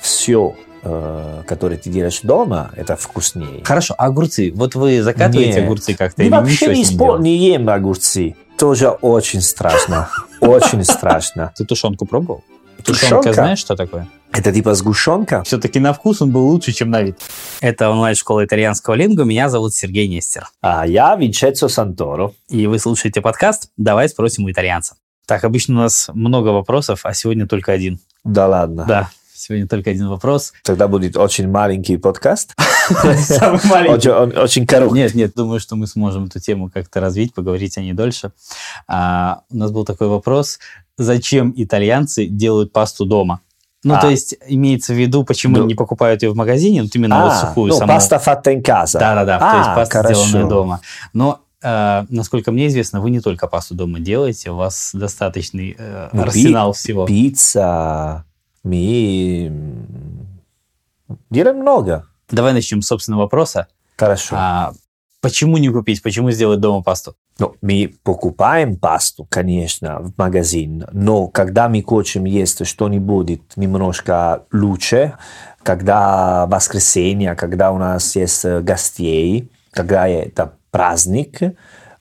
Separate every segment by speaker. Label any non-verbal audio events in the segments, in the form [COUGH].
Speaker 1: Все, э, которое ты делаешь дома, это вкуснее.
Speaker 2: Хорошо, а огурцы? Вот вы закатываете
Speaker 1: Нет.
Speaker 2: огурцы как-то?
Speaker 1: И
Speaker 2: или
Speaker 1: вообще
Speaker 2: ничего
Speaker 1: не,
Speaker 2: с ним
Speaker 1: испо-
Speaker 2: делаете?
Speaker 1: не ем огурцы. Тоже очень [LAUGHS] страшно. Очень страшно.
Speaker 2: Ты тушенку пробовал?
Speaker 1: Тушенка?
Speaker 2: Тушенка, знаешь, что такое?
Speaker 1: Это типа сгущенка?
Speaker 2: Все-таки на вкус он был лучше, чем на вид. Это онлайн-школа итальянского лингу. Меня зовут Сергей Нестер.
Speaker 1: А я Винчецо Санторо.
Speaker 2: И вы слушаете подкаст «Давай спросим у итальянца». Так, обычно у нас много вопросов, а сегодня только один.
Speaker 1: Да ладно.
Speaker 2: Да, сегодня только один [LAUGHS] вопрос.
Speaker 1: Тогда будет очень маленький подкаст.
Speaker 2: Самый маленький.
Speaker 1: Очень, он- очень короткий.
Speaker 2: Нет, нет, думаю, что мы сможем эту тему как-то развить, поговорить о ней дольше. А, у нас был такой вопрос, зачем итальянцы делают пасту дома? Ну,
Speaker 1: А.
Speaker 2: то есть, имеется в виду, почему
Speaker 1: Ну.
Speaker 2: они не покупают ее в магазине, вот именно вот
Speaker 1: А,
Speaker 2: сухую
Speaker 1: ну,
Speaker 2: саму.
Speaker 1: паста фатта in casa.
Speaker 2: Да-да-да, то
Speaker 1: А,
Speaker 2: есть паста
Speaker 1: хорошо.
Speaker 2: сделанная дома. Но, э, насколько мне известно, вы не только пасту дома делаете, у вас достаточный э,
Speaker 1: Ну, пи-
Speaker 2: арсенал всего.
Speaker 1: Пицца. Мы м, делаем много.
Speaker 2: Давай начнем с собственного вопроса.
Speaker 1: Хорошо.
Speaker 2: А, почему не купить, почему сделать дома пасту?
Speaker 1: Ну, мы покупаем пасту, конечно, в магазин, но когда мы хотим есть что-нибудь немножко лучше, когда воскресенье, когда у нас есть э, гостей, когда это праздник,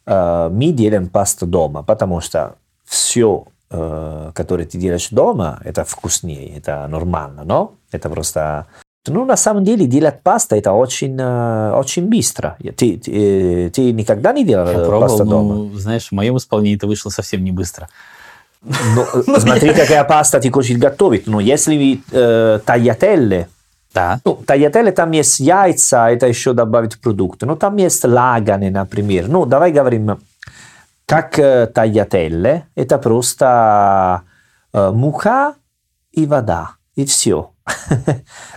Speaker 1: э, мы делаем пасту дома, потому что все, которое ты делаешь дома, это вкуснее, это нормально, но это просто ну, на самом деле, делать паста это очень, э, очень быстро. Я- Ты, ты, э, ты никогда не делал
Speaker 2: Я
Speaker 1: э,
Speaker 2: пробовал,
Speaker 1: пасту дома?
Speaker 2: ну, знаешь, в моем исполнении это вышло совсем не быстро.
Speaker 1: Ну, э, смотри, какая паста ты хочешь готовить. Но если вы, э, тайятелле,
Speaker 2: Да.
Speaker 1: ну, тайятелле там есть яйца, это еще добавить продукты. Но там есть лаганы, например. Ну, давай говорим, как э, тайятелле, это просто э, мука и вода, и [LAUGHS] все.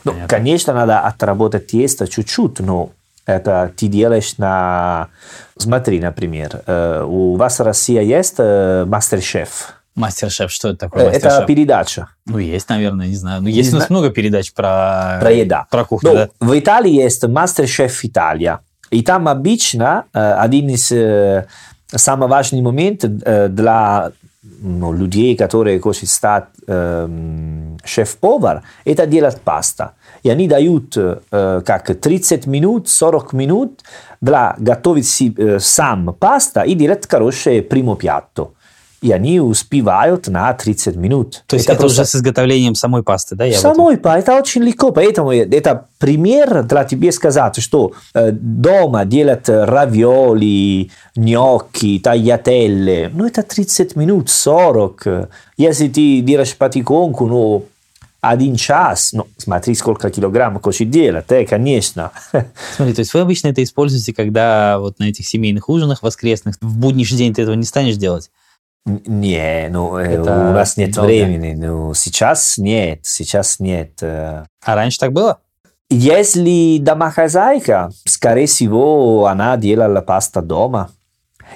Speaker 1: Ну,
Speaker 2: Понятно.
Speaker 1: конечно, надо отработать тесто чуть-чуть, но это ты делаешь на... Смотри, например, э, у вас в России есть э, мастер-шеф.
Speaker 2: Мастер-шеф, что это такое?
Speaker 1: Э, Это
Speaker 2: мастер-шеф?
Speaker 1: передача
Speaker 2: Ну, есть, наверное, не знаю. Ну, есть
Speaker 1: Не
Speaker 2: у нас много передач про...
Speaker 1: про еда.
Speaker 2: Про кухню,
Speaker 1: Ну,
Speaker 2: да.
Speaker 1: В Италии есть мастер-шеф Италия. И там обычно э, один из э, самых важных моментов э, для ну, людей, которые хотят стать ehm, эм, шеф-повар, это делать паста. И они дают э, как 30 минут, 40 минут для готовить си- э, сам паста и делать хорошее primo piatto. И они успевают на 30 минут.
Speaker 2: То есть это, уже с изготовлением самой пасты, да? Я об этом-
Speaker 1: Самой, па- это очень легко, поэтому э, это пример для тебе сказать, что э, дома делать э, равиоли, ньокки, тайятелле, ну это 30 минут, 40. э. Если ты делаешь патиконку, ну, один час, ну, смотри, сколько килограмм хочешь делать, э, [LAUGHS] конечно.
Speaker 2: Смотри, то есть вы обычно это используете, когда вот на этих семейных ужинах воскресных. В буднишний день ты этого не станешь делать.
Speaker 1: Н- Не, ну, э, у
Speaker 2: Это
Speaker 1: нас нет
Speaker 2: долго.
Speaker 1: времени, ну, сейчас нет, сейчас нет. э.
Speaker 2: А раньше так было?
Speaker 1: Если домохозяйка, скорее всего, она делала паста дома.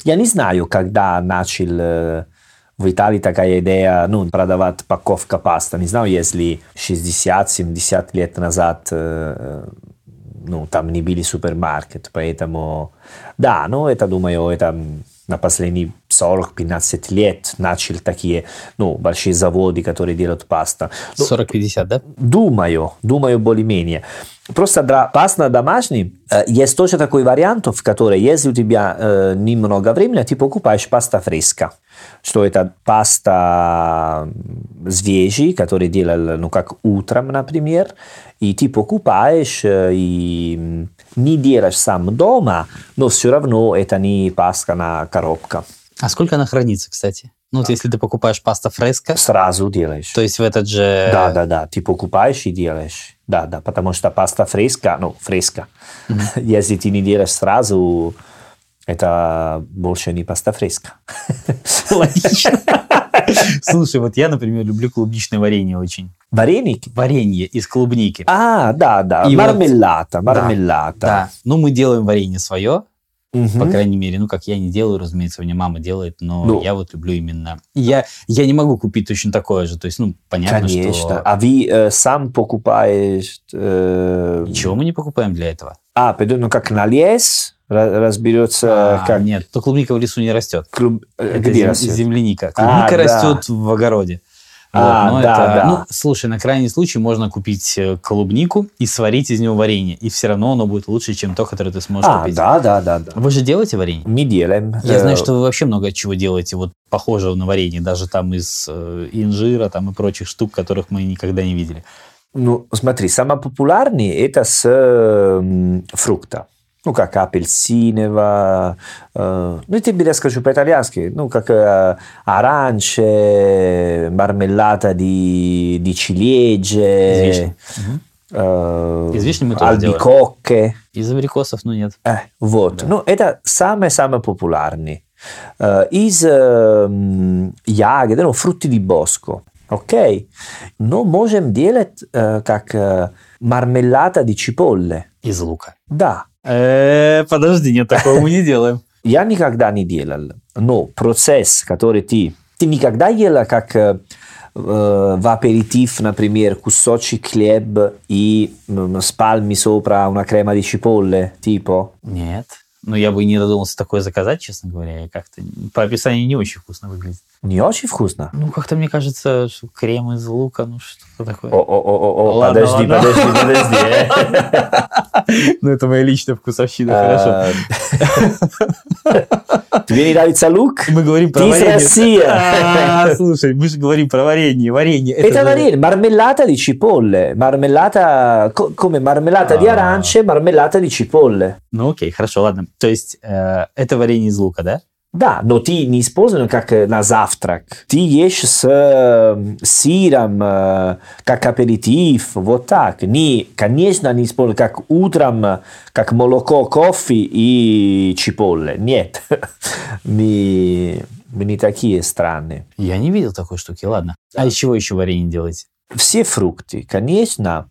Speaker 1: Я не знаю, когда начал э, в Италии такая идея, ну, продавать паковка паста. Не знаю, если 60-70 лет назад, э, ну, там не были супермаркет, поэтому... Да, ну, это, думаю, это м, на последние 40-15 лет начали такие, ну, большие заводы, которые делают паста. Ну,
Speaker 2: 40-50, да?
Speaker 1: Думаю, думаю более-менее. Просто для пас на домашний э, есть тоже такой вариант, в который, если у тебя э, немного времени, ты покупаешь паста фреска. Что это паста м, свежий, который делал, ну, как утром, например, и ты покупаешь э, и м, не делаешь сам дома, но все равно это не паста на коробка.
Speaker 2: А сколько она хранится, кстати? Ну, вот если ты покупаешь паста фреско,
Speaker 1: Сразу делаешь.
Speaker 2: то есть в этот же...
Speaker 1: Да, да, да, ты покупаешь и делаешь. Да, да, потому что паста фреска, ну, фреска. [LAUGHS] Если ты не делаешь сразу, это больше не паста фреска.
Speaker 2: Логично. [LAUGHS] Слушай, вот я, например, люблю клубничное варенье очень.
Speaker 1: Вареники?
Speaker 2: Варенье из клубники.
Speaker 1: А, да, да,
Speaker 2: И вот-
Speaker 1: мармеллата, мармеллата.
Speaker 2: Да. Ну, мы делаем варенье свое,
Speaker 1: Мгм.
Speaker 2: по крайней мере. Ну, как я не делаю, разумеется, у меня мама делает, но
Speaker 1: Ну.
Speaker 2: я вот люблю именно... Я, я не могу купить точно такое же. То есть, ну, понятно,
Speaker 1: Конечно.
Speaker 2: что...
Speaker 1: А вы э, сам покупаешь... э,
Speaker 2: Ничего мы не покупаем для этого.
Speaker 1: А, пойду, ну, как на лес ра- разберется,
Speaker 2: А,
Speaker 1: как...
Speaker 2: Нет, то клубника в лесу не растет.
Speaker 1: Клуб... э,
Speaker 2: Это
Speaker 1: Где
Speaker 2: зем-
Speaker 1: растет?
Speaker 2: земляника.
Speaker 1: да.
Speaker 2: Клубника растет в огороде.
Speaker 1: А,
Speaker 2: Вот, но
Speaker 1: да,
Speaker 2: это-
Speaker 1: да.
Speaker 2: Ну, слушай, на крайний случай можно купить э, клубнику и сварить из него варенье. И все равно оно будет лучше, чем то, которое ты сможешь
Speaker 1: а,
Speaker 2: купить.
Speaker 1: да, да, да, да.
Speaker 2: Вы же делаете варенье?
Speaker 1: Мы делаем.
Speaker 2: Я
Speaker 1: э,
Speaker 2: знаю, что вы вообще много чего делаете, вот похожего на варенье, даже там из э, инжира там и прочих штук, которых мы никогда не видели.
Speaker 1: Ну, смотри, самое популярное это с э, м, фрукта. Ну, как апельсинево. э, ну, я тебе расскажу по-итальянски. Ну, как э, аранче, мармеллата ди, ди
Speaker 2: Из
Speaker 1: ciliegie,
Speaker 2: вишни. Мгм.
Speaker 1: э,
Speaker 2: Из вишни мы тоже делаем.
Speaker 1: альбикокке.
Speaker 2: Из абрикосов, ну нет.
Speaker 1: Э, вот.
Speaker 2: Да.
Speaker 1: Ну, это самые-самые популярные. Э, из э, м, ягод, ну, фрукты di bosco. Окей? Но можем делать э, как э, мармеллата di cipolle.
Speaker 2: Из лука.
Speaker 1: Да.
Speaker 2: Э, подожди, нет, такого мы не делаем.
Speaker 1: Я никогда не делал. Но процесс, который ты... Ты никогда ела как э, э, в аперитив, например, кусочек хлеб и м, спальми сопра mm, una crema di cipolle, tipo?
Speaker 2: [LAUGHS] Нет. Ну, я бы и не додумался такое заказать, честно говоря. и Как-то по описанию не очень вкусно выглядит.
Speaker 1: Не очень вкусно.
Speaker 2: Ну, как-то мне кажется, что крем из лука, ну что-то такое.
Speaker 1: О, о, о, о, о,
Speaker 2: Ладно,
Speaker 1: подожди,
Speaker 2: ладно.
Speaker 1: подожди, подожди. э.
Speaker 2: [LAUGHS] Ну, это моя личная вкусовщина,
Speaker 1: Э,
Speaker 2: А. [LAUGHS]
Speaker 1: Тебе не нравится лук?
Speaker 2: Мы говорим про
Speaker 1: Ты из
Speaker 2: варенье.
Speaker 1: России.
Speaker 2: [LAUGHS] А, Слушай, мы же говорим про варенье. Варенье.
Speaker 1: Это
Speaker 2: же-
Speaker 1: варенье, мармеллата di cipolle, marmellata co- come marmellata di
Speaker 2: Ah.
Speaker 1: arance, marmellata di cipolle.
Speaker 2: Ну, окей, хорошо, ладно. То есть, э, это варенье из лука, да?
Speaker 1: Да, но ты не используешь как э, на завтрак. Ты ешь с э, сыром, э, как аперитив, вот так. Не, конечно, не используешь как утром, э, как молоко, кофе и чиполле. [LAUGHS] Нет, мы, мы не такие странные.
Speaker 2: Я не видел такой штуки, ладно. А из чего еще варенье делаете?
Speaker 1: Все фрукты, конечно,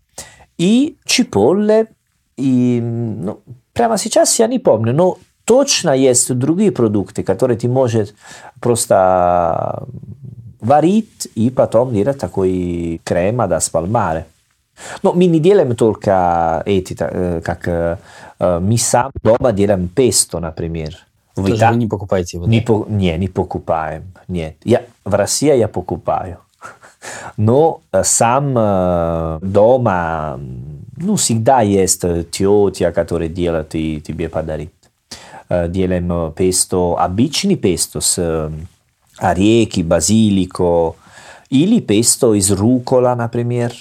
Speaker 1: и чиполле, и... м, ну, прямо сейчас я не помню, но точно есть другие продукты, которые ты можешь просто варить и потом делать такой крем да спальмаре. Но мы не делаем только эти, та- э, как э, э, мы сам дома делаем песто, например. В
Speaker 2: Тоже
Speaker 1: Ита-
Speaker 2: вы не покупаете его, да?
Speaker 1: не, по- не, не покупаем. Нет. Я, в России я покупаю. [LAUGHS] Но э, сам э, дома, м, ну, всегда есть э, тетя, которая делает и тебе подарит. Э, Делаем э, песто, обычный песто с э, орехи, базилико, или песто из рукола, например.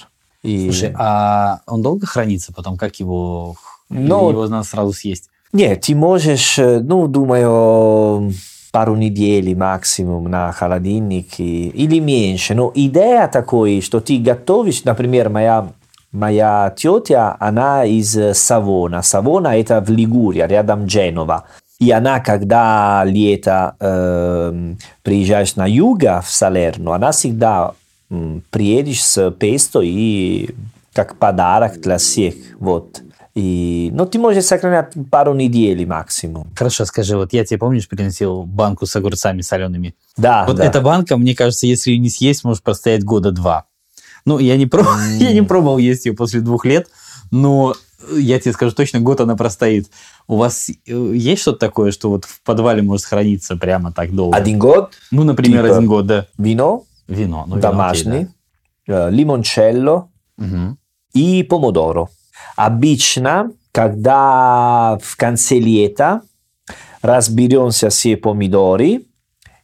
Speaker 1: И-
Speaker 2: Слушай, а он долго хранится потом? Как его...
Speaker 1: Ну,
Speaker 2: Или его надо сразу съесть?
Speaker 1: Нет, ты можешь, э, ну, думаю, пару недель максимум на холодильнике или меньше. Но идея такой, что ты готовишь, например, моя, моя тетя, она из э, Савона. Савона это в Лигурии, рядом Дженова. И она, когда лето эм, приезжаешь на юга, в Салерну, она всегда м, приедешь с песто и как подарок для всех. Вот. И, ну, ты можешь сохранять пару недель максимум.
Speaker 2: Хорошо, скажи, вот я тебе, помнишь, приносил банку с огурцами солеными?
Speaker 1: Да,
Speaker 2: вот
Speaker 1: А, да.
Speaker 2: эта банка, мне кажется, если ее не съесть, может простоять года два. Ну, я не, пробовал, [LAUGHS] я не пробовал есть ее после двух лет, но я тебе скажу точно, год она простоит. У вас э, есть что-то такое, что вот в подвале может храниться прямо так долго?
Speaker 1: Один год,
Speaker 2: Ну, например,
Speaker 1: А типа.
Speaker 2: один год, да.
Speaker 1: вино,
Speaker 2: Вино. Ну, вино, окей,
Speaker 1: домашний, э, лимончелло
Speaker 2: да. Мгм.
Speaker 1: и помодоро. Обычно, когда в конце лета разберемся все помидоры,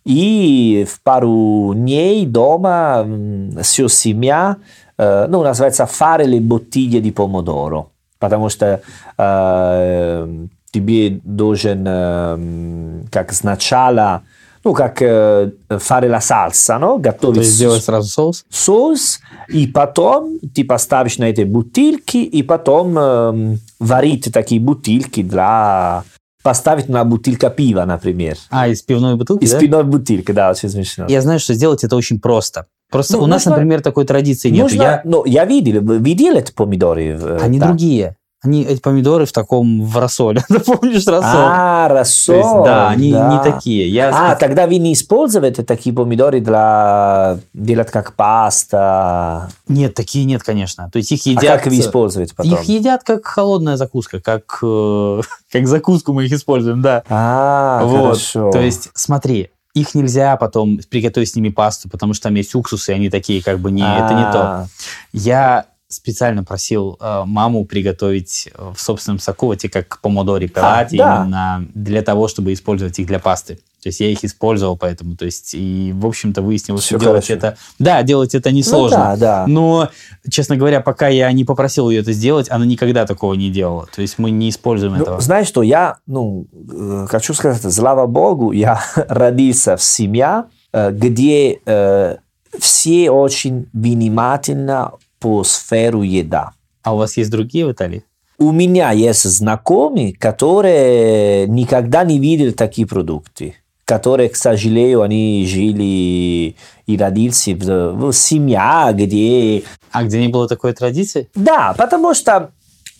Speaker 1: и в пару дней дома м, все семья, э, ну, называется «fare le bottiglie di pomodoro», потому что э, тебе должен, э, м, как сначала, ну, как э, fare la salsa, no?
Speaker 2: То
Speaker 1: готовить
Speaker 2: есть сделать сразу соус?
Speaker 1: соус, и потом ты поставишь на эти бутылки, и потом эм, варить такие бутылки для... Поставить на бутылка пива, например.
Speaker 2: А, из пивной бутылки,
Speaker 1: Из
Speaker 2: да?
Speaker 1: пивной бутылки, да, очень смешно.
Speaker 2: Я знаю, что сделать это очень просто. Просто
Speaker 1: Ну,
Speaker 2: у нас,
Speaker 1: нужно-
Speaker 2: например, такой традиции нет.
Speaker 1: Нужно- ну, я видел, вы видели эти помидоры? э,
Speaker 2: Они
Speaker 1: да?
Speaker 2: другие. Они эти помидоры в таком в рассоле. [LAUGHS] Ты помнишь рассол?
Speaker 1: А,
Speaker 2: То
Speaker 1: рассол.
Speaker 2: есть, да, они не
Speaker 1: да.
Speaker 2: такие. Я
Speaker 1: А,
Speaker 2: спец-
Speaker 1: тогда вы не используете такие помидоры для... делать как паста?
Speaker 2: Нет, такие нет, конечно. То есть их
Speaker 1: А
Speaker 2: едят.
Speaker 1: как вы используете потом?
Speaker 2: Их едят как холодная закуска, [LAUGHS] как, э, как закуску мы их используем, да.
Speaker 1: А,
Speaker 2: вот.
Speaker 1: хорошо.
Speaker 2: То есть, смотри, их нельзя потом приготовить с ними пасту, потому что там есть уксус, и они такие, как бы, не, это не то.
Speaker 1: А,
Speaker 2: Я специально просил э, маму приготовить э, в собственном соку вот эти как помодори пелати,
Speaker 1: А, да.
Speaker 2: именно для того, чтобы использовать их для пасты. То есть я их использовал, поэтому, то есть, и, в общем-то, выяснилось,
Speaker 1: Всё
Speaker 2: что делать
Speaker 1: хорошо.
Speaker 2: это... Да, делать это несложно.
Speaker 1: Ну, да, да.
Speaker 2: Но, честно говоря, пока я не попросил ее это сделать, она никогда такого не делала. То есть мы не используем
Speaker 1: Ну,
Speaker 2: этого.
Speaker 1: знаешь что, я ну, э, хочу сказать, слава богу, я [LAUGHS] родился в семье, э, где э, все очень внимательно по сферу еда.
Speaker 2: А у вас есть другие в Италии?
Speaker 1: У меня есть знакомые, которые никогда не видели такие продукты, которые, к сожалению, они жили и родились в, в семье, где
Speaker 2: А где не было такой традиции?
Speaker 1: да, потому что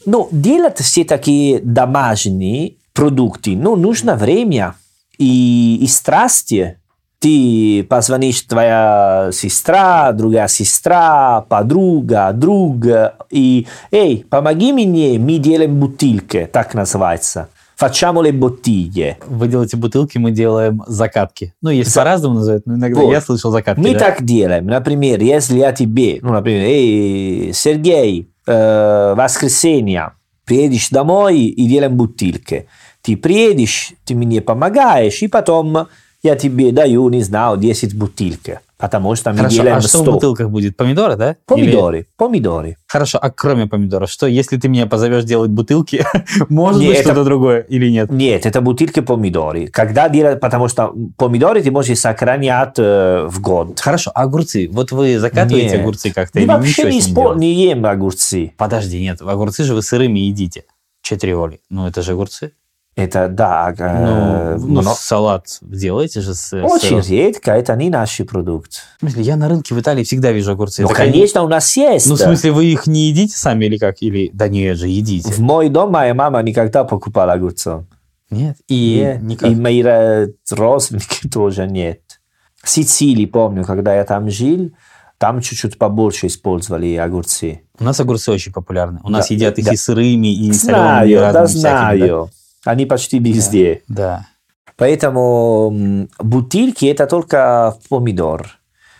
Speaker 1: ну, делать все такие домашние продукты, ну, нужно время и, и страсти. Ты позвонишь твоя сестра, другая сестра, подруга, друг, и «Эй, помоги мне, мы делаем бутылки», так называется. «Facciamo le bottiglie».
Speaker 2: Вы делаете бутылки, мы делаем закатки. Ну, есть по-разному называют, но иногда
Speaker 1: Вот.
Speaker 2: я слышал закатки.
Speaker 1: Мы
Speaker 2: да.
Speaker 1: так делаем. Например, если я тебе, ну, например, «Эй, Сергей, э, воскресенье, приедешь домой и делаем бутылки. Ты приедешь, ты мне помогаешь, и потом я тебе даю, не знаю, 10 бутылки. Потому что мы
Speaker 2: Хорошо,
Speaker 1: делаем
Speaker 2: а что
Speaker 1: 100.
Speaker 2: в бутылках будет? Помидоры, да? Или-
Speaker 1: Помидоры, помидоры.
Speaker 2: Хорошо, а кроме помидоров, что, если ты меня позовешь делать бутылки, [LAUGHS] может
Speaker 1: Не,
Speaker 2: быть
Speaker 1: это-
Speaker 2: что-то другое или нет?
Speaker 1: Нет, это бутылки помидоры. Когда делать, потому что помидоры ты можешь сохранять э, в год.
Speaker 2: Хорошо, а огурцы? Вот вы закатываете
Speaker 1: Нет.
Speaker 2: огурцы как-то
Speaker 1: Ты
Speaker 2: или
Speaker 1: вообще
Speaker 2: ничего
Speaker 1: не,
Speaker 2: с ними
Speaker 1: испо-
Speaker 2: делаете?
Speaker 1: не ем огурцы.
Speaker 2: Подожди, нет, огурцы же вы сырыми едите. Четриоли. Ну, это же огурцы.
Speaker 1: Это, да,
Speaker 2: Ну,
Speaker 1: э,
Speaker 2: ну,
Speaker 1: мно-
Speaker 2: салат делаете же с э,
Speaker 1: Очень
Speaker 2: сыром.
Speaker 1: редко, это не наши продукты.
Speaker 2: В смысле, я на рынке в Италии всегда вижу огурцы.
Speaker 1: Ну,
Speaker 2: Это как-
Speaker 1: конечно, у нас есть.
Speaker 2: Ну, в смысле, вы их не едите сами или как? Или, да нет же, едите.
Speaker 1: В мой дом моя мама никогда покупала огурцов.
Speaker 2: Нет? И
Speaker 1: Нет.
Speaker 2: никак.
Speaker 1: И мои ро- родственники [LAUGHS] тоже нет. В Сицилии, помню, когда я там жил, там чуть-чуть побольше использовали огурцы.
Speaker 2: У нас огурцы очень популярны. У нас
Speaker 1: Да,
Speaker 2: едят их
Speaker 1: да.
Speaker 2: и сырыми, и солеными, и
Speaker 1: знаю, да
Speaker 2: разными всякими, да.
Speaker 1: знаю. Они почти везде.
Speaker 2: Да.
Speaker 1: Поэтому м, бутылки это только помидор.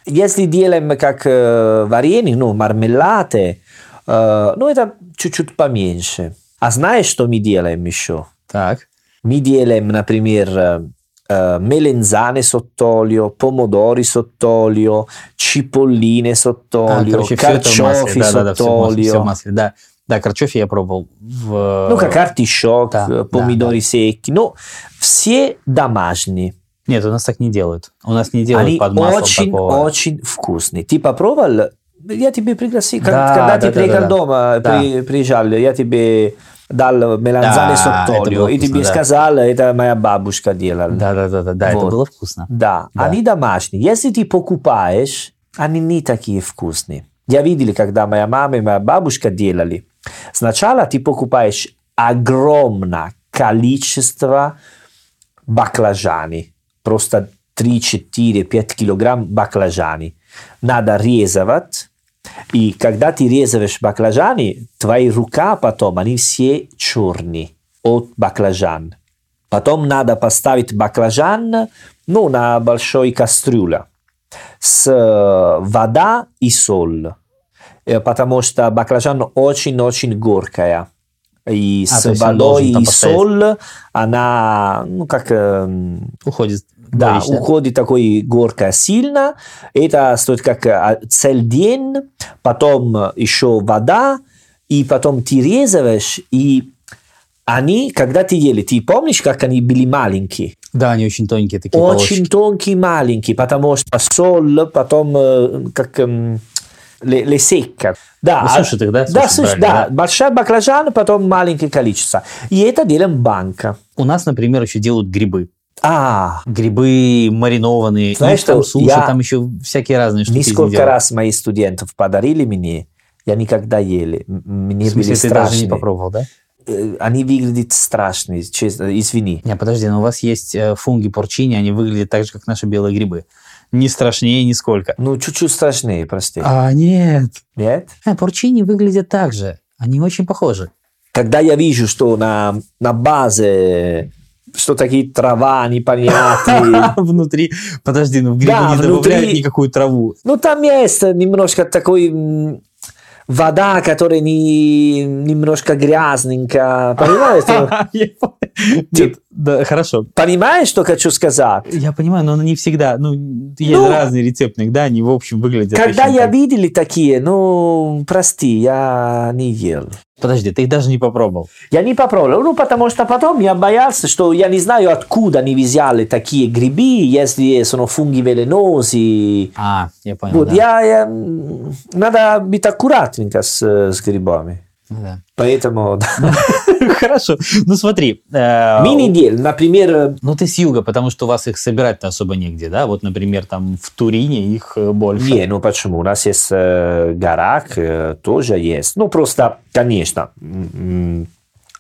Speaker 1: Если делаем как э, варенье, ну, мармелады, э, ну, это чуть-чуть поменьше. А знаешь, что мы делаем еще?
Speaker 2: Так.
Speaker 1: Мы делаем, например, э, э, мелензаны сотт'olio, помидоры сотт'olio, чиполлине
Speaker 2: А,
Speaker 1: сотт'olio,
Speaker 2: короче, все это в
Speaker 1: карчофи
Speaker 2: масле. Да, да, да, все в масле. всё в
Speaker 1: сотт'olio.
Speaker 2: масле, да. Да, карчофе я пробовал. В...
Speaker 1: Ну, как артишок,
Speaker 2: Да,
Speaker 1: э,
Speaker 2: да,
Speaker 1: помидоры секи. Ну, все домашние.
Speaker 2: Нет, у нас так не делают. У нас не делают
Speaker 1: Они
Speaker 2: под маслом
Speaker 1: очень,
Speaker 2: такого.
Speaker 1: очень вкусные. Ты попробовал? Я тебе пригласил. Как-
Speaker 2: Да,
Speaker 1: Когда
Speaker 2: да,
Speaker 1: ты
Speaker 2: да,
Speaker 1: приехал
Speaker 2: да, да.
Speaker 1: дома,
Speaker 2: Да.
Speaker 1: при- приезжал, я тебе дал меланзаны
Speaker 2: Да, это
Speaker 1: соттолью.
Speaker 2: было
Speaker 1: И тебе
Speaker 2: вкусно, да.
Speaker 1: сказал, это моя бабушка делала.
Speaker 2: Да, да, да, да, да, это
Speaker 1: Вот.
Speaker 2: было вкусно.
Speaker 1: Да,
Speaker 2: Да.
Speaker 1: они домашние. Если ты покупаешь, они не такие вкусные. Я видел, когда моя мама и моя бабушка делали. Сначала ты покупаешь огромное количество баклажаны. Просто 3, 4, 5 килограмм баклажаны. Надо резать. И когда ты резаешь баклажаны, твои рука потом, они все черные от баклажан. Потом надо поставить баклажан ну, на большой кастрюле с э, вода и соль, Э, потому что баклажан очень-очень горькая. И
Speaker 2: А,
Speaker 1: с
Speaker 2: то есть он
Speaker 1: водой
Speaker 2: должен там
Speaker 1: и
Speaker 2: постоять.
Speaker 1: соль она, ну, как... эм,
Speaker 2: Уходит.
Speaker 1: да,
Speaker 2: горечь,
Speaker 1: уходит такой горка сильно. Это стоит как э, целый день, потом э, еще вода, и потом ты резаешь, и они, когда ты ели, ты помнишь, как они были маленькие?
Speaker 2: Да, они очень тоненькие такие
Speaker 1: Очень
Speaker 2: полосочки.
Speaker 1: тонкие, маленькие, потому что соль, потом э, как эм, ле- ле секка. Да,
Speaker 2: Вы
Speaker 1: а-
Speaker 2: сушите их, да?
Speaker 1: да,
Speaker 2: Сушите,
Speaker 1: суши,
Speaker 2: правильно,
Speaker 1: да, большая баклажан, потом маленькое количество. И это делаем банка.
Speaker 2: У нас, например, еще делают грибы.
Speaker 1: А,
Speaker 2: Грибы маринованные.
Speaker 1: Знаешь
Speaker 2: Их там
Speaker 1: что,
Speaker 2: суши,
Speaker 1: я-
Speaker 2: там еще всякие разные штуки. из них
Speaker 1: Несколько
Speaker 2: делают.
Speaker 1: раз мои студентов подарили мне, я никогда ели. М- Мне
Speaker 2: В смысле,
Speaker 1: были
Speaker 2: ты даже
Speaker 1: страшные.
Speaker 2: не попробовал, да?
Speaker 1: Э, Они выглядят страшные, честно, извини.
Speaker 2: Не, подожди, но у вас есть э, фунги порчини, они выглядят так же, как наши белые грибы. Не страшнее нисколько.
Speaker 1: Ну, чуть-чуть страшнее, прости.
Speaker 2: А, нет.
Speaker 1: Нет?
Speaker 2: Э, порчини выглядят так же. Они очень похожи.
Speaker 1: Когда я вижу, что на, на базе что такие трава, непонятные.
Speaker 2: [LAUGHS] Внутри. Подожди, ну в грибы
Speaker 1: Да,
Speaker 2: не
Speaker 1: внутри-
Speaker 2: добавляют никакую
Speaker 1: [LAUGHS]
Speaker 2: траву.
Speaker 1: Ну, там есть немножко такой м, вода, которая не, немножко грязненькая. Понимаешь,
Speaker 2: [LAUGHS]
Speaker 1: что-
Speaker 2: Я понял. Нет, да, хорошо.
Speaker 1: понимаешь, что хочу сказать?
Speaker 2: Я понимаю, но она не всегда. Ну, есть
Speaker 1: Ну,
Speaker 2: разные рецептные, да, они, в общем, выглядят.
Speaker 1: Когда
Speaker 2: очень
Speaker 1: я
Speaker 2: так.
Speaker 1: видели такие, ну, прости, я не ел.
Speaker 2: Подожди, ты их даже не попробовал.
Speaker 1: Я не попробовал, ну, потому что потом я боялся, что я не знаю, откуда они взяли такие грибы, если соno фунги velenosi.
Speaker 2: А, я понял.
Speaker 1: Вот,
Speaker 2: да.
Speaker 1: я, я, м, надо быть аккуратненько с, с грибами.
Speaker 2: Ну да. [LAUGHS]
Speaker 1: [LAUGHS] Поэтому, да.
Speaker 2: Хорошо. Ну смотри. э,
Speaker 1: Мы не делаем, например,
Speaker 2: Ну ты с юга, потому что у вас их собирать-то особо негде, да? Вот, например, там в Турине их э, больше.
Speaker 1: Не, ну почему? У нас есть э, гарак, э, тоже есть. Ну просто, конечно, м, м,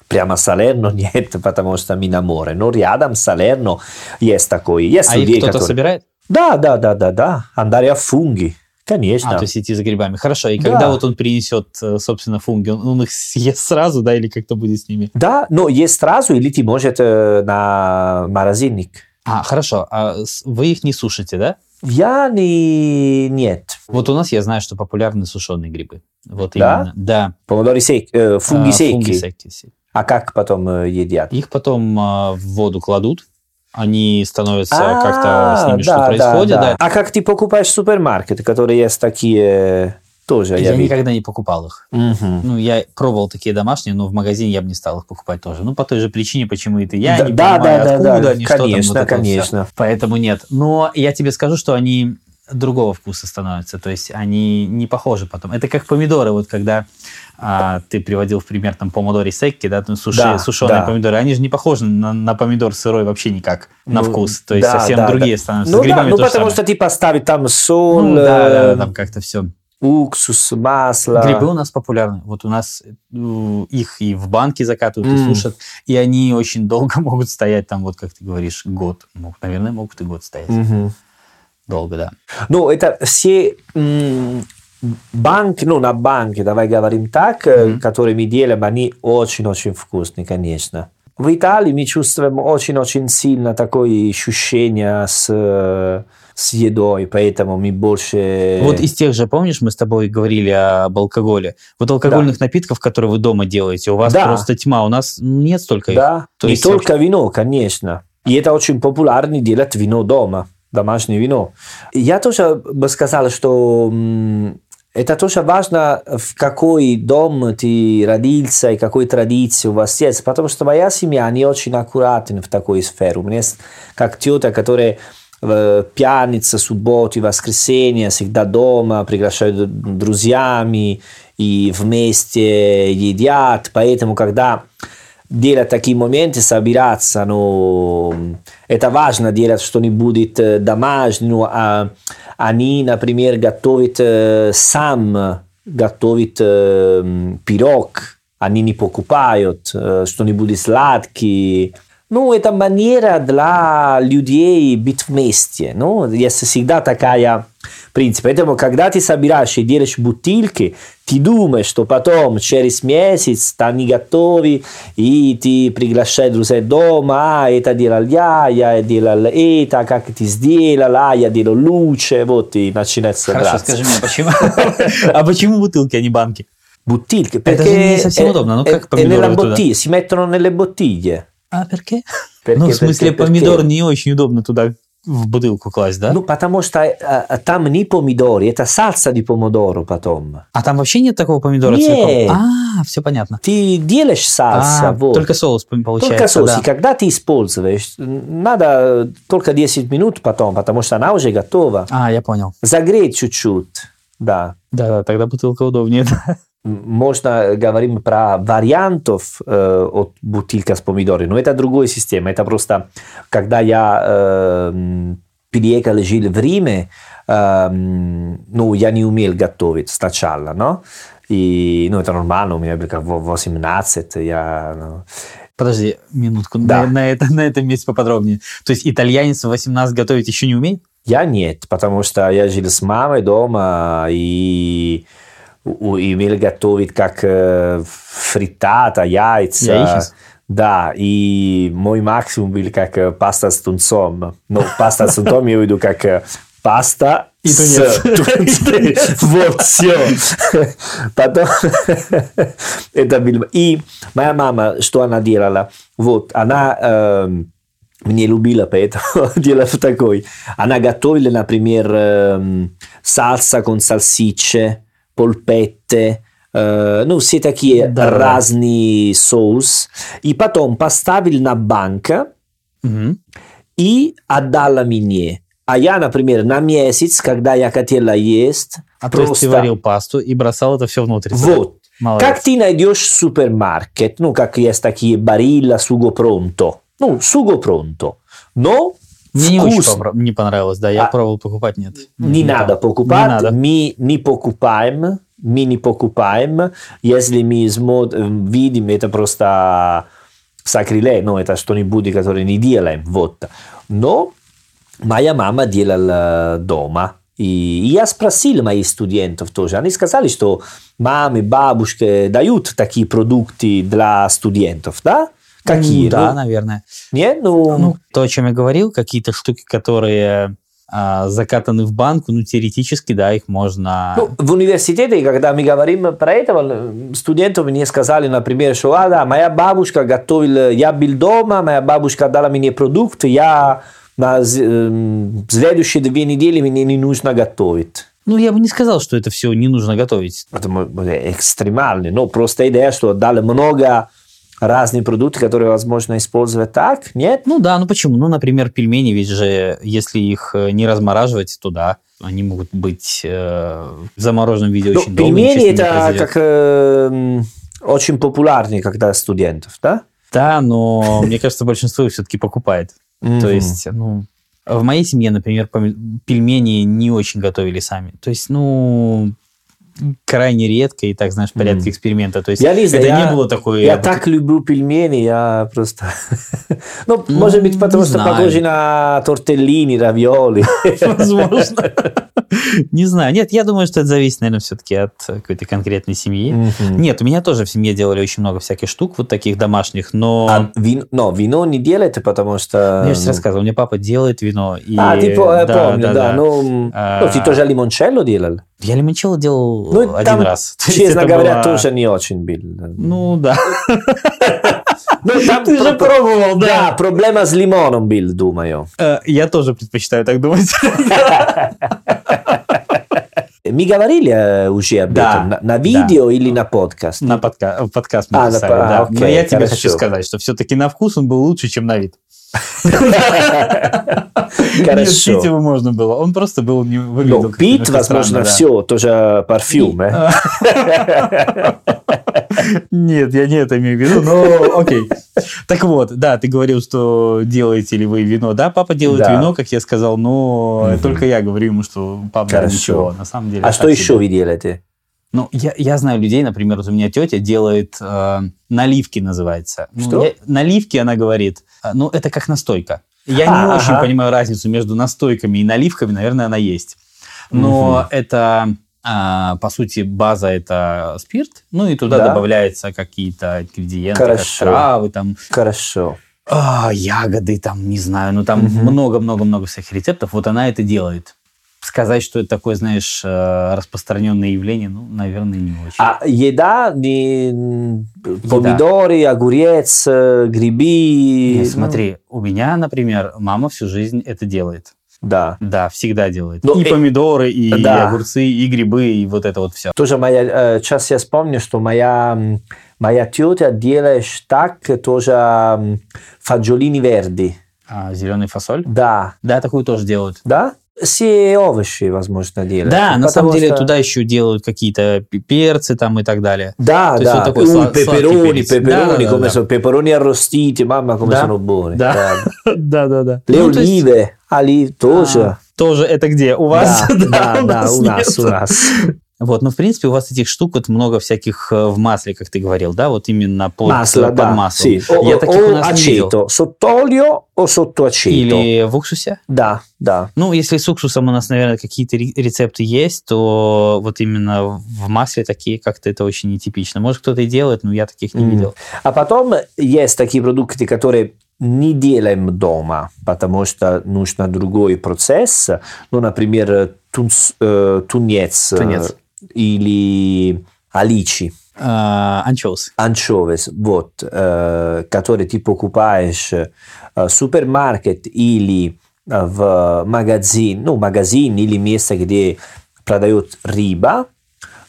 Speaker 1: прямо [LAUGHS] Салерно нет, потому что мы на море. Но рядом Салерно есть такой. Есть
Speaker 2: а их
Speaker 1: людей,
Speaker 2: кто-то
Speaker 1: которые-
Speaker 2: собирает?
Speaker 1: Да, да, да, да, да. Андария фунги. Конечно.
Speaker 2: А, то есть идти за грибами. Хорошо. И
Speaker 1: Да.
Speaker 2: когда вот он принесет, э, собственно, фунги, он, он их съест сразу, да, или как-то будет с ними?
Speaker 1: Да, но есть сразу, или ты может э, на морозильник.
Speaker 2: А, хорошо. А с- вы их не сушите, да?
Speaker 1: Я не... Нет.
Speaker 2: Вот у нас я знаю, что популярны сушеные грибы. Вот
Speaker 1: Да?
Speaker 2: именно. Да.
Speaker 1: Помидоры сек... э,
Speaker 2: А,
Speaker 1: фунги секи.
Speaker 2: фунгисеки.
Speaker 1: А как потом э, едят?
Speaker 2: Их потом а, в воду кладут, они становятся
Speaker 1: А,
Speaker 2: как-то с ними что
Speaker 1: да,
Speaker 2: происходит.
Speaker 1: да,
Speaker 2: да.
Speaker 1: да. А как ты покупаешь в супермаркете, которые есть такие э, тоже? Я,
Speaker 2: Я
Speaker 1: видел.
Speaker 2: никогда не покупал их.
Speaker 1: Мгм.
Speaker 2: Ну, я пробовал такие домашние, но в магазине я бы не стал их покупать тоже. Ну, по той же причине, почему и ты. Я
Speaker 1: да,
Speaker 2: не
Speaker 1: да,
Speaker 2: понимаю,
Speaker 1: да,
Speaker 2: откуда
Speaker 1: да, да,
Speaker 2: они, что там, вот
Speaker 1: конечно,
Speaker 2: это вот всё.
Speaker 1: конечно.
Speaker 2: Поэтому нет. Но я тебе скажу, что они другого вкуса становятся. То есть они не похожи потом. Это как помидоры. Вот когда а, ты приводил в пример там помидоры секки, да, там суши,
Speaker 1: Да,
Speaker 2: сушеные
Speaker 1: да.
Speaker 2: помидоры, они же не похожи на, на помидор сырой вообще никак на
Speaker 1: Ну,
Speaker 2: вкус. То есть
Speaker 1: да,
Speaker 2: совсем
Speaker 1: да,
Speaker 2: другие становятся.
Speaker 1: Ну
Speaker 2: С
Speaker 1: да,
Speaker 2: грибами
Speaker 1: ну
Speaker 2: то же
Speaker 1: потому
Speaker 2: самое.
Speaker 1: что типа ставить там соль,
Speaker 2: Ну, да, да, да,
Speaker 1: э,
Speaker 2: там как-то все.
Speaker 1: уксус, масло.
Speaker 2: Грибы у нас популярны. Вот у нас э, их и в банке закатывают, и
Speaker 1: М.
Speaker 2: сушат. И они очень долго [LAUGHS] могут стоять там, вот как ты говоришь, год. Могут, наверное, могут и год стоять.
Speaker 1: Мгм.
Speaker 2: Долго, да.
Speaker 1: Ну это все м, банки, ну на банке, давай говорим так, э,
Speaker 2: Мгм.
Speaker 1: которые мы делаем, они очень-очень вкусные, конечно. В Италии мы чувствуем очень-очень сильно такое ощущение с, э, с едой, поэтому мы больше...
Speaker 2: Вот из тех же, помнишь, мы с тобой говорили об алкоголе. Вот алкогольных напитков, которые вы дома делаете, у вас
Speaker 1: Да.
Speaker 2: просто тьма. У нас нет столько их.
Speaker 1: Да,
Speaker 2: То
Speaker 1: не
Speaker 2: есть
Speaker 1: только вино, конечно. И это очень популярно делать вино дома, домашнее вино. Я тоже бы сказал, что м, это тоже важно, в какой дом ты родился и какой традиции у вас есть. Потому что моя семья, они очень аккуратны в такой сфере. У меня есть как тетя, которая э, пятница, субботу и воскресенье всегда дома, приглашают д- друзьями и вместе едят. Поэтому, когда делать такие моменты, собираться, но это важно делать, что не будет э, домашнее, ну, а они, например, готовят э, сам, готовят э, м, пирог, они не покупают, э, что-нибудь сладкий. Ну, это манера для людей быть вместе. Ну, есть всегда такая принцип. Поэтому, когда ты собираешь и делаешь бутылки, ты думаешь, что потом через месяц ты не готовы, и ты приглашаешь друзей дома, а это делал я, я делал это, как ты сделал, а я делал лучше, вот и начинается
Speaker 2: Хорошо,
Speaker 1: драться.
Speaker 2: скажи мне,
Speaker 1: [LAUGHS]
Speaker 2: а почему? А почему бутылки, а не банки?
Speaker 1: Бутылки,
Speaker 2: Это же не совсем удобно, ну, как
Speaker 1: e
Speaker 2: помидоры
Speaker 1: nella
Speaker 2: туда?
Speaker 1: bottiglia, si mettono nelle bottiglie.
Speaker 2: А, перке?
Speaker 1: Perché-
Speaker 2: Ну, в смысле,
Speaker 1: perché- perché-
Speaker 2: помидор не очень удобно туда в бутылку класть, да?
Speaker 1: Ну, потому что э, э, там не помидоры, это сальса di помидору потом.
Speaker 2: А там вообще нет такого помидора
Speaker 1: Нет.
Speaker 2: целиком? А, все понятно.
Speaker 1: Ты делаешь сальса,
Speaker 2: А,
Speaker 1: вот.
Speaker 2: Только соус пом- получается.
Speaker 1: Только соус.
Speaker 2: да.
Speaker 1: И когда ты используешь, надо только 10 минут потом, потому что она уже готова.
Speaker 2: А, я понял.
Speaker 1: Загреть чуть-чуть, да.
Speaker 2: Да-да, тогда бутылка удобнее. [LAUGHS] да.
Speaker 1: М, Можно говорим про вариантов э, от бутылка с помидорами, но это другая система. Это просто, когда я э, м, переехал, жил в Риме, э, м, ну, я не умел готовить сначала, но? И, ну, это нормально, у меня было 18, я... ну,
Speaker 2: Подожди минутку,
Speaker 1: Да.
Speaker 2: на, на это, на этом месте поподробнее. То есть итальянец в 18 готовить еще не умеет?
Speaker 1: Я нет, потому что я жил с мамой дома и у- умел готовить как э, фриттата, яйца.
Speaker 2: Яичница?
Speaker 1: Да, и мой максимум был как э, паста с тунцом. Ну, паста с тунцом я веду как э, паста
Speaker 2: И
Speaker 1: с [LAUGHS]
Speaker 2: тунец.
Speaker 1: тунцом.
Speaker 2: И тунец.
Speaker 1: Вот, все. Потом [LAUGHS] это был... И моя мама, что она делала? Вот, она эм, мне любила, поэтому [LAUGHS] делала такой. Она готовила, например, эм, сальса con salsicce, polpette, э, ну, все такие
Speaker 2: Да.
Speaker 1: разные соус. И потом поставил на банка
Speaker 2: Мгм.
Speaker 1: и отдала мне. А я, например, на месяц, когда я хотела есть,
Speaker 2: А то есть ты
Speaker 1: Просто.
Speaker 2: варил пасту и бросал это все внутрь.
Speaker 1: вот,
Speaker 2: Молодец.
Speaker 1: Как ты найдешь супермаркет? Ну, как есть такие барилла, суго пронто. Ну, суго пронто. Но
Speaker 2: Мне не очень
Speaker 1: вкус
Speaker 2: понра- не понравилось, да, я
Speaker 1: А.
Speaker 2: пробовал покупать, нет.
Speaker 1: не надо
Speaker 2: там.
Speaker 1: покупать.
Speaker 2: Не надо.
Speaker 1: Мы не покупаем. Мы не покупаем. Если мы смо- видим, это просто сакрилей. Ну, это что-нибудь, которое не делаем. Вот. Но моя мама делала дома. И я спросил моих студентов тоже. Они сказали, что мамы, бабушки дают такие продукты для студентов, да? Какие?
Speaker 2: Ну, да,
Speaker 1: Ну,
Speaker 2: наверное.
Speaker 1: не, ну,
Speaker 2: Ну, то, о чем я говорил, какие-то штуки, которые а, закатаны в банку, ну, теоретически, да, их можно...
Speaker 1: Ну, в университете, когда мы говорим про это, э, студентам мне сказали, например, что «А, да, моя бабушка готовила, я был дома, моя бабушка дала мне продукт, я на з- эм, следующие две недели мне не нужно готовить».
Speaker 2: Ну, я бы не сказал, что это все не нужно готовить.
Speaker 1: Это м- э, экстремально, но просто идея, что дали много разных продуктов, которые возможно использовать так, нет?
Speaker 2: Ну да, ну почему? Ну, например, пельмени, ведь же, если их э, не размораживать, то да, они могут быть э, в замороженном виде
Speaker 1: Ну,
Speaker 2: очень долго.
Speaker 1: пельмени
Speaker 2: ничего с ними не
Speaker 1: это
Speaker 2: произойдет.
Speaker 1: как эм, очень популярный, когда студентов, да?
Speaker 2: Да, но мне кажется, большинство их все-таки покупает. То
Speaker 1: Мгм.
Speaker 2: есть, ну, в моей семье, например, пом- пельмени не очень готовили сами. То есть, ну, крайне редко и так, знаешь, в порядке
Speaker 1: Мгм.
Speaker 2: эксперимента. То есть,
Speaker 1: Я не
Speaker 2: это
Speaker 1: знаю, я-
Speaker 2: не было такое...
Speaker 1: Я так люблю пельмени, я [LAUGHS] просто... Ну,
Speaker 2: Ну,
Speaker 1: может быть, потому
Speaker 2: не
Speaker 1: что
Speaker 2: знаю.
Speaker 1: похожи на тортеллини, равиоли.
Speaker 2: [LAUGHS]
Speaker 1: [LAUGHS]
Speaker 2: Возможно. Не знаю. Нет, я думаю, что это зависит, наверное, все-таки от э, какой-то конкретной семьи.
Speaker 1: Мгм.
Speaker 2: Нет, у меня тоже в семье делали очень много всяких штук вот таких домашних,
Speaker 1: А
Speaker 2: но...
Speaker 1: вин- Но вино не делаете, потому что...
Speaker 2: Ну, Я же тебе рассказывал, мне папа делает вино. и-
Speaker 1: А, типа, э,
Speaker 2: Да,
Speaker 1: помню, да. Ну,
Speaker 2: А.
Speaker 1: ну, ты тоже лимончелло делал?
Speaker 2: Я лимончелло делал
Speaker 1: Ну,
Speaker 2: один
Speaker 1: там,
Speaker 2: раз. [LAUGHS] То есть
Speaker 1: Честно
Speaker 2: это
Speaker 1: говоря,
Speaker 2: была-
Speaker 1: тоже не очень был.
Speaker 2: Ну, да.
Speaker 1: Ну, там
Speaker 2: Ты же
Speaker 1: про-
Speaker 2: пробовал,
Speaker 1: Да, проблема с лимоном был, думаю.
Speaker 2: Э, Я тоже предпочитаю так
Speaker 1: [LAUGHS]
Speaker 2: думать.
Speaker 1: Мы говорили э, уже об
Speaker 2: Да,
Speaker 1: этом. На- На
Speaker 2: да.
Speaker 1: видео или на
Speaker 2: [LAUGHS]
Speaker 1: подкаст?
Speaker 2: На подка- в подкаст мы
Speaker 1: А, на
Speaker 2: писали,
Speaker 1: по-
Speaker 2: да.
Speaker 1: окей,
Speaker 2: Но я тебе
Speaker 1: хорошо.
Speaker 2: хочу сказать, что все-таки на вкус он был лучше, чем на вид. Не
Speaker 1: Хорошо.
Speaker 2: пить его можно было. Он просто был не выглядел.
Speaker 1: Ну,
Speaker 2: как-то
Speaker 1: пит,
Speaker 2: немножко
Speaker 1: возможно,
Speaker 2: странно, да.
Speaker 1: все, тоже парфюм. э.
Speaker 2: Нет, я не это имею в
Speaker 1: [LAUGHS]
Speaker 2: виду, но окей. Так вот, да, ты говорил, что делаете ли вы вино. Да, папа делает
Speaker 1: Да.
Speaker 2: вино, как я сказал, но
Speaker 1: Мгм.
Speaker 2: только я говорю ему, что папа да,
Speaker 1: Хорошо.
Speaker 2: ничего. На самом деле.
Speaker 1: А
Speaker 2: так
Speaker 1: что
Speaker 2: себе.
Speaker 1: еще вы делаете?
Speaker 2: Ну, я, я знаю людей, например, вот у меня тетя делает э, наливки, называется. Ну,
Speaker 1: Что?
Speaker 2: я- наливки, она говорит. а, Ну, это как настойка. Я
Speaker 1: А,
Speaker 2: не
Speaker 1: ага.
Speaker 2: очень понимаю разницу между настойками и наливками, наверное, она есть. Но
Speaker 1: Мгм.
Speaker 2: это, а, по сути, база это спирт, ну и туда
Speaker 1: Да.
Speaker 2: добавляются какие-то ингредиенты, как
Speaker 1: Хорошо.
Speaker 2: травы, там,
Speaker 1: Хорошо.
Speaker 2: а, ягоды, там, не знаю, ну там
Speaker 1: Мгм.
Speaker 2: много-много-много всяких рецептов. Вот она это делает. Сказать, что это такое, знаешь, э, распространенное явление, ну, наверное, не очень.
Speaker 1: А еда, не- помидоры, огурец, э, грибы.
Speaker 2: Не, Э, смотри, у меня, например, мама всю жизнь это делает.
Speaker 1: ну, да.
Speaker 2: Да, всегда делает.
Speaker 1: Ну,
Speaker 2: и
Speaker 1: э,
Speaker 2: помидоры, и,
Speaker 1: да.
Speaker 2: огурцы, и грибы, и вот это вот все.
Speaker 1: Тоже моя, э, сейчас я вспомню, что моя, м, моя тетя делает так, тоже м, фаджолини верди.
Speaker 2: зеленый А фасоль.
Speaker 1: Да,
Speaker 2: Да, такую тоже делают.
Speaker 1: да? Все овощи, возможно, делают.
Speaker 2: Да, на
Speaker 1: ну, Потому
Speaker 2: самом деле
Speaker 1: что-
Speaker 2: туда еще делают какие-то пе- перцы там и
Speaker 1: [LAUGHS]
Speaker 2: так далее.
Speaker 1: Да,
Speaker 2: То есть
Speaker 1: да.
Speaker 2: он такой
Speaker 1: Ui,
Speaker 2: сла- сладкий
Speaker 1: peperoni,
Speaker 2: перец.
Speaker 1: peperoni,
Speaker 2: Да, да, да,
Speaker 1: come
Speaker 2: да.
Speaker 1: sono- peperoni arrostiti, mamma come
Speaker 2: Да.
Speaker 1: sono buoni.
Speaker 2: Да.
Speaker 1: Да.
Speaker 2: Да-да-да.
Speaker 1: Le olive, а ли тоже.
Speaker 2: Ah. Тоже это где? У вас? [LAUGHS]
Speaker 1: Да, да, да, у нас, у
Speaker 2: нет.
Speaker 1: нас.
Speaker 2: Вот, ну, в принципе, у вас этих штук вот много всяких э, в масле, как ты говорил, да, вот именно под,
Speaker 1: Масло,
Speaker 2: под
Speaker 1: да.
Speaker 2: маслом.
Speaker 1: Sì. O,
Speaker 2: Я таких у
Speaker 1: o
Speaker 2: нас не видел.
Speaker 1: aceto, sott'olio o sottoaceto.
Speaker 2: Или в уксусе?
Speaker 1: Да, да.
Speaker 2: Ну, если с уксусом у нас, наверное, какие-то ре- рецепты есть, то вот именно в масле такие как-то это очень нетипично. Может, кто-то и делает, но я таких не
Speaker 1: М.
Speaker 2: видел.
Speaker 1: А потом есть такие продукты, которые не делаем дома, потому что нужно другой процесс. Ну, например, тунц- э, тунец, э,
Speaker 2: Тунец.
Speaker 1: или аличи.
Speaker 2: А, анчоус.
Speaker 1: anchovies, вот, э, которые ты покупаешь э, в супермаркет или э, в магазин, ну, магазин или место, где продают рыба,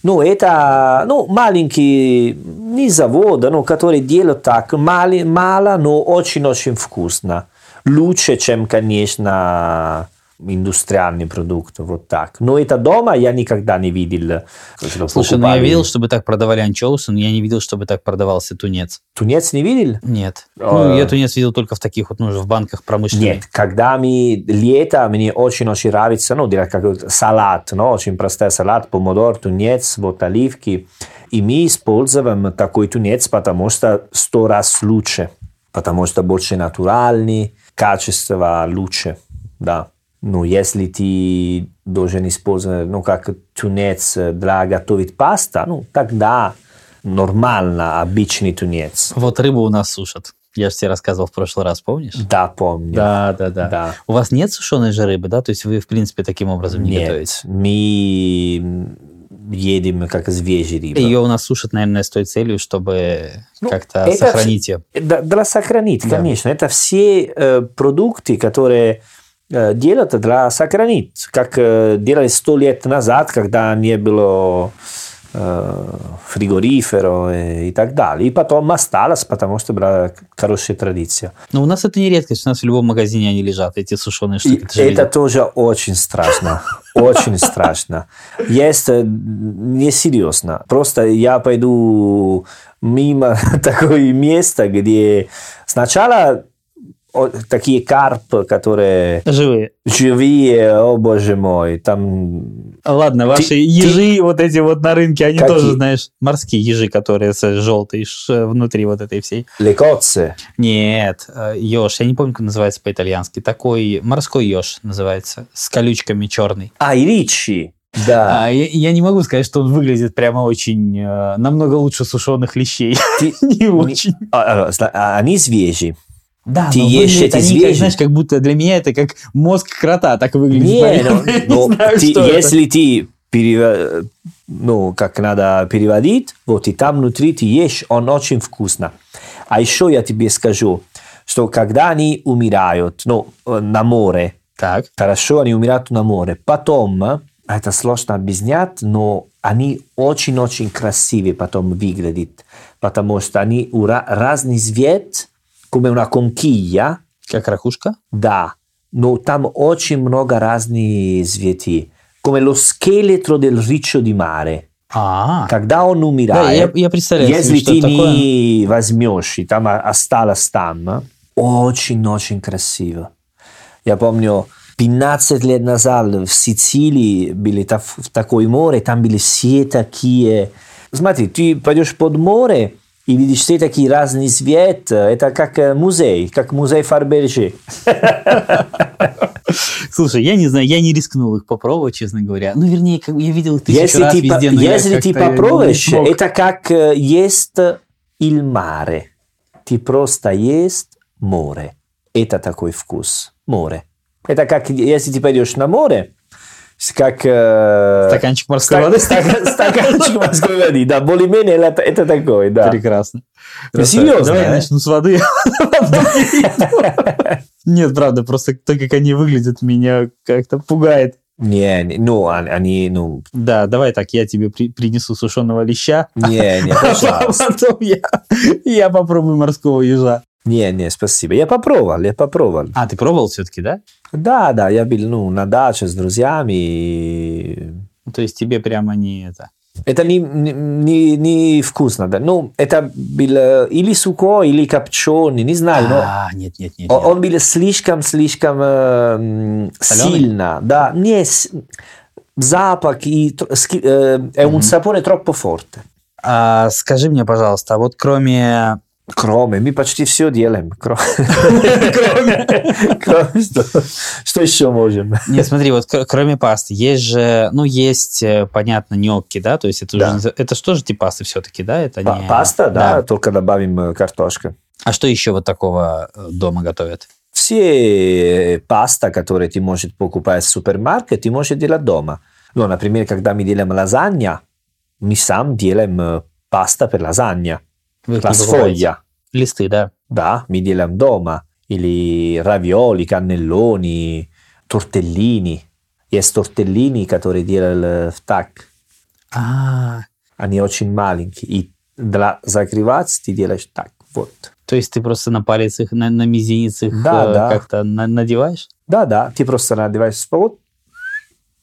Speaker 1: ну, это, ну, маленькие, не завода, но которые делают так, мали, мало, но очень-очень вкусно. Лучше, чем, конечно, индустриальный продукт, вот так. Но это дома я никогда не видел. что
Speaker 2: Слушай, ну я
Speaker 1: покупали.
Speaker 2: видел, чтобы так продавали анчоусы, но я не видел, чтобы так продавался тунец.
Speaker 1: Тунец не видел?
Speaker 2: Нет.
Speaker 1: А.
Speaker 2: Ну, я тунец видел только в таких вот, ну, в банках промышленных.
Speaker 1: Нет, когда мы лето, мне очень-очень нравится, ну, делать какой-то салат, ну, очень простой салат, помидор, тунец, вот оливки. И мы используем такой тунец, потому что сто раз лучше, потому что больше натуральный, качество лучше, да. Ну, если ты должен использовать, ну, как тунец для готовить паста, ну, тогда нормально обычный тунец.
Speaker 2: Вот рыбу у нас сушат. Я же тебе рассказывал в прошлый раз, помнишь?
Speaker 1: Да, помню.
Speaker 2: Да, да, да.
Speaker 1: да.
Speaker 2: У вас нет сушеной же рыбы, да? То есть вы, в принципе, таким образом не готовите?
Speaker 1: мы едем как свежий рыба.
Speaker 2: Ее у нас сушат, наверное, с той целью, чтобы
Speaker 1: Ну,
Speaker 2: как-то
Speaker 1: это
Speaker 2: сохранить ее.
Speaker 1: Да, для сохранить,
Speaker 2: Да.
Speaker 1: конечно. Это все э, продукты, которые э, делают для сохранить, как э, делали сто лет назад, когда не было э, фригориферов и, и так далее. И потом осталось, потому что была хорошая традиция.
Speaker 2: Но Ну, у нас это не редкость. У нас в любом магазине они лежат, эти сушеные
Speaker 1: И
Speaker 2: штуки. ты же
Speaker 1: это
Speaker 2: видел.
Speaker 1: тоже очень [LAUGHS] страшно. Очень страшно. Есть э, несерьезно. Просто я пойду мимо [LAUGHS] такое место, где сначала о- такие карп, которые
Speaker 2: Живые.
Speaker 1: живые, о боже мой, там
Speaker 2: Ладно, ваши
Speaker 1: ты-
Speaker 2: ежи вот эти вот на рынке, они
Speaker 1: Какие?
Speaker 2: тоже, знаешь, морские ежи, которые с желтой ш- э, внутри вот этой всей.
Speaker 1: лекоцы.
Speaker 2: Нет, э, еж, я не помню, как называется по-итальянски. Такой морской еж называется, с колючками черный.
Speaker 1: А, и ричи. Да.
Speaker 2: А, я, я не могу сказать, что он выглядит прямо очень... э, намного лучше сушеных лещей. [LAUGHS]
Speaker 1: Ты-
Speaker 2: не очень.
Speaker 1: А, а, сна- а, они свежие.
Speaker 2: Да,
Speaker 1: Ты
Speaker 2: но
Speaker 1: ешь
Speaker 2: выглядят
Speaker 1: эти
Speaker 2: они, как,
Speaker 1: звери?
Speaker 2: знаешь, как будто для меня это как мозг крота так выглядит.
Speaker 1: Не,
Speaker 2: наверное. [LAUGHS] Я
Speaker 1: ну, ну,
Speaker 2: знаю,
Speaker 1: ты-
Speaker 2: что это.
Speaker 1: если ты перева- ну, как надо переводить, вот и там внутри ты ешь, он очень вкусно. А еще я тебе скажу, что когда они умирают, ну, э, на море,
Speaker 2: Так,
Speaker 1: хорошо, они умирают на море, потом, э, это сложно объяснять, но они очень-очень красивые потом выглядят, потому что они ура- разный цвет, как una конкия,
Speaker 2: как ракушка.
Speaker 1: да, но там очень много разных цветей. Come lo scheletro del riccio di mare.
Speaker 2: А,
Speaker 1: Когда он
Speaker 2: да, я,
Speaker 1: умирает,
Speaker 2: я представляю,
Speaker 1: если
Speaker 2: себе, что
Speaker 1: ты
Speaker 2: это такое.
Speaker 1: не возьмешь, и там о- осталось там, а, очень-очень красиво. Я помню, 15 лет назад в Сицилии были та- в такое море, там были все такие... Смотри, ты пойдешь под море и видишь все такие разные цвет. Это как э, музей, как музей Фарберже.
Speaker 2: Слушай, я не знаю, я не рискнул их попробовать, честно говоря. Ну, вернее, как бы я видел их тысячу
Speaker 1: Если
Speaker 2: раз
Speaker 1: ты, по-
Speaker 2: везде, но я
Speaker 1: если ты
Speaker 2: как-то не
Speaker 1: попробуешь,
Speaker 2: смог.
Speaker 1: это как э, есть il mare. Ты просто есть море. Это такой вкус. Море. Это как, если ты пойдешь на море, с- как... э,
Speaker 2: Стаканчик морской
Speaker 1: ста-
Speaker 2: воды.
Speaker 1: [LAUGHS] ста- Стаканчик морской воды, да, более-менее это, это такой, да.
Speaker 2: Прекрасно.
Speaker 1: Ну,
Speaker 2: Красавчик.
Speaker 1: серьезно,
Speaker 2: Давай я
Speaker 1: а?
Speaker 2: начну с воды. [LAUGHS]
Speaker 1: [LAUGHS]
Speaker 2: Нет, правда, просто то, как они выглядят, меня как-то пугает.
Speaker 1: Не, не, ну, а- они, ну,
Speaker 2: Да, давай так, я тебе при- принесу сушеного леща,
Speaker 1: не, не,
Speaker 2: [LAUGHS] а
Speaker 1: пожалуйста.
Speaker 2: потом я, я попробую морского ежа.
Speaker 1: Не, не, спасибо. Я попробовал, я попробовал.
Speaker 2: А, ты пробовал все-таки, да?
Speaker 1: Да, да, я был, ну, на даче с друзьями, и
Speaker 2: Ну, То есть тебе прямо не это...
Speaker 1: Это не, не- не, не вкусно, да. Ну, это был э, или сухой, или копченый, не знаю, но
Speaker 2: А, нет, нет, нет.
Speaker 1: ну, о-
Speaker 2: нет.
Speaker 1: он был слишком-слишком э, м,
Speaker 2: Соленый?
Speaker 1: сильно. Да, не, с- запах и тр- ски- э, è un
Speaker 3: Mhm.
Speaker 1: sapore troppo forte.
Speaker 2: А скажи мне, пожалуйста, а вот кроме
Speaker 1: Кроме, мы почти все делаем. Кро- [LAUGHS] Кроме, что, что еще можем? [LAUGHS]
Speaker 2: Не, смотри, вот кр- кроме пасты, есть же, ну, есть, э, понятно, ньокки, да, то есть это
Speaker 1: Да.
Speaker 2: уже, не за- это что же тоже типа пасты все-таки, да? Это
Speaker 1: Па-
Speaker 2: не...
Speaker 1: Паста, да, только добавим э, картошка.
Speaker 2: А что еще вот такого э, дома готовят?
Speaker 1: Все паста, которые ты можешь покупать в супермаркете, ты можешь делать дома. Ну, например, когда мы делаем лазанья, мы сам делаем э, паста per лазанья.
Speaker 2: Вы какие покупаете?
Speaker 1: Ласфогlia.
Speaker 2: Листы, да.
Speaker 1: Да, мы делаем дома. Или равиоли, каннеллони, тортеллини. Есть тортеллини, которые делали в так.
Speaker 2: А,
Speaker 1: Они очень маленькие. И для закрываться ты делаешь так. Вот.
Speaker 2: то есть ты просто на палец их, на, на мизинец их
Speaker 1: Да,
Speaker 2: э,
Speaker 1: да.
Speaker 2: как-то на- надеваешь?
Speaker 1: Да-да, ты просто надеваешь вот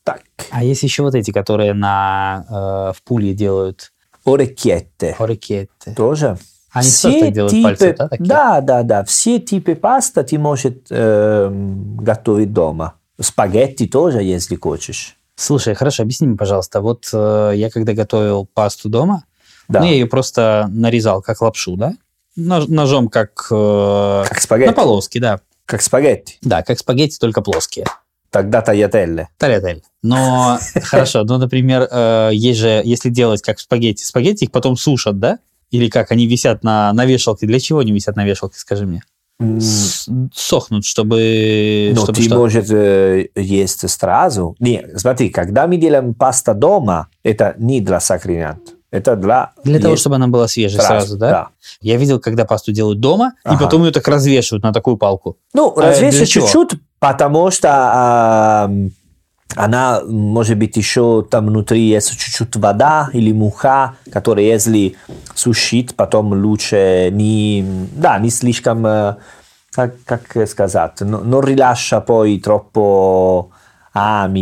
Speaker 1: так.
Speaker 2: А есть еще вот эти, которые на, э, в пуле делают
Speaker 1: Орекетте.
Speaker 2: орикетты.
Speaker 1: Тоже.
Speaker 2: Они тоже так делают пальцы, да, такие?
Speaker 1: да, да, да. Все типы паста ты можешь эм, готовить дома. Спагетти тоже, если хочешь.
Speaker 2: Слушай, хорошо, объясни мне, пожалуйста, вот э, я когда готовил пасту дома,
Speaker 1: Да.
Speaker 2: Ну, я ее просто нарезал, как лапшу, да? Нож- ножом, как... э,
Speaker 1: Как спагетти.
Speaker 2: на полоски, да.
Speaker 1: Как спагетти.
Speaker 2: Да, как спагетти, только плоские.
Speaker 1: Тогда таgliatelle.
Speaker 2: Тарятель.
Speaker 1: [LAUGHS]
Speaker 2: Но, хорошо, ну, например, э, есть же, если делать как спагетти, спагетти их потом сушат, да? Или как, они висят на, на вешалке. Для чего они висят на вешалке, скажи мне?
Speaker 1: М,
Speaker 2: С- сохнут, чтобы...
Speaker 1: Но
Speaker 2: чтобы
Speaker 1: ты
Speaker 2: что?
Speaker 1: можешь э, есть сразу. Не, смотри, когда мы делаем паста дома, это не для сакринат. Это для...
Speaker 2: Для того,
Speaker 1: есть
Speaker 2: чтобы она была свежей сразу, да? Я видел, когда пасту делают дома, и
Speaker 1: Ага.
Speaker 2: потом ее так развешивают на такую палку.
Speaker 1: Ну,
Speaker 2: А для
Speaker 1: разве
Speaker 2: чего?
Speaker 1: чуть-чуть, потому что а, м, она, может быть, еще там внутри есть чуть-чуть вода или муха, которая, если сушить, потом лучше не, да, не слишком, э, как, как сказать, но, но rilascia poi troppo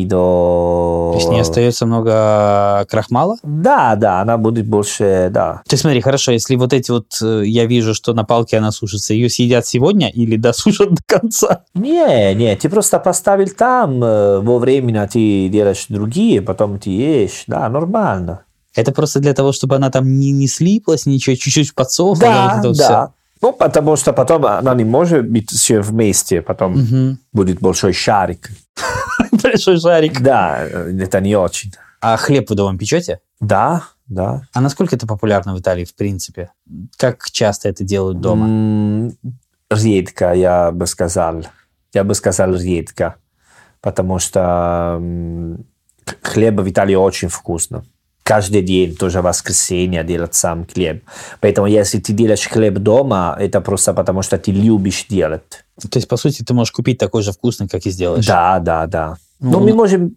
Speaker 2: То
Speaker 1: amido.
Speaker 2: есть не остается много крахмала.
Speaker 1: Да, да, она будет больше, да.
Speaker 2: Ты смотри, хорошо, если вот эти вот, э, я вижу, что на палке она сушится, ее съедят сегодня или досушат [LAUGHS] до конца?
Speaker 1: Не, не, ты просто поставил там, э, во времени ты делаешь другие, потом ты ешь, да, нормально.
Speaker 2: Это просто для того, чтобы она там не, не слиплась, ничего, чуть-чуть подсохла.
Speaker 1: Да,
Speaker 2: вот это
Speaker 1: да. Ну, потому что потом она не может быть все вместе, потом [LAUGHS]
Speaker 2: всё. Мгм.
Speaker 1: будет большой шарик.
Speaker 2: Большой шарик.
Speaker 1: Да, э, это не очень.
Speaker 2: А хлеб вы дома печете?
Speaker 1: Да, да.
Speaker 2: А насколько это популярно в Италии, в принципе? Как часто это делают дома?
Speaker 1: М, Редко, я бы сказал. Я бы сказал редко, потому что м, к- хлеб в Италии очень вкусно. Каждый день, тоже воскресенье, делать сам хлеб. Поэтому, если ты делаешь хлеб дома, это просто потому, что ты любишь делать.
Speaker 2: То есть, по сути, ты можешь купить такой же вкусный, как и сделаешь.
Speaker 1: Да, да, да. Ну,
Speaker 2: Ну,
Speaker 1: мы можем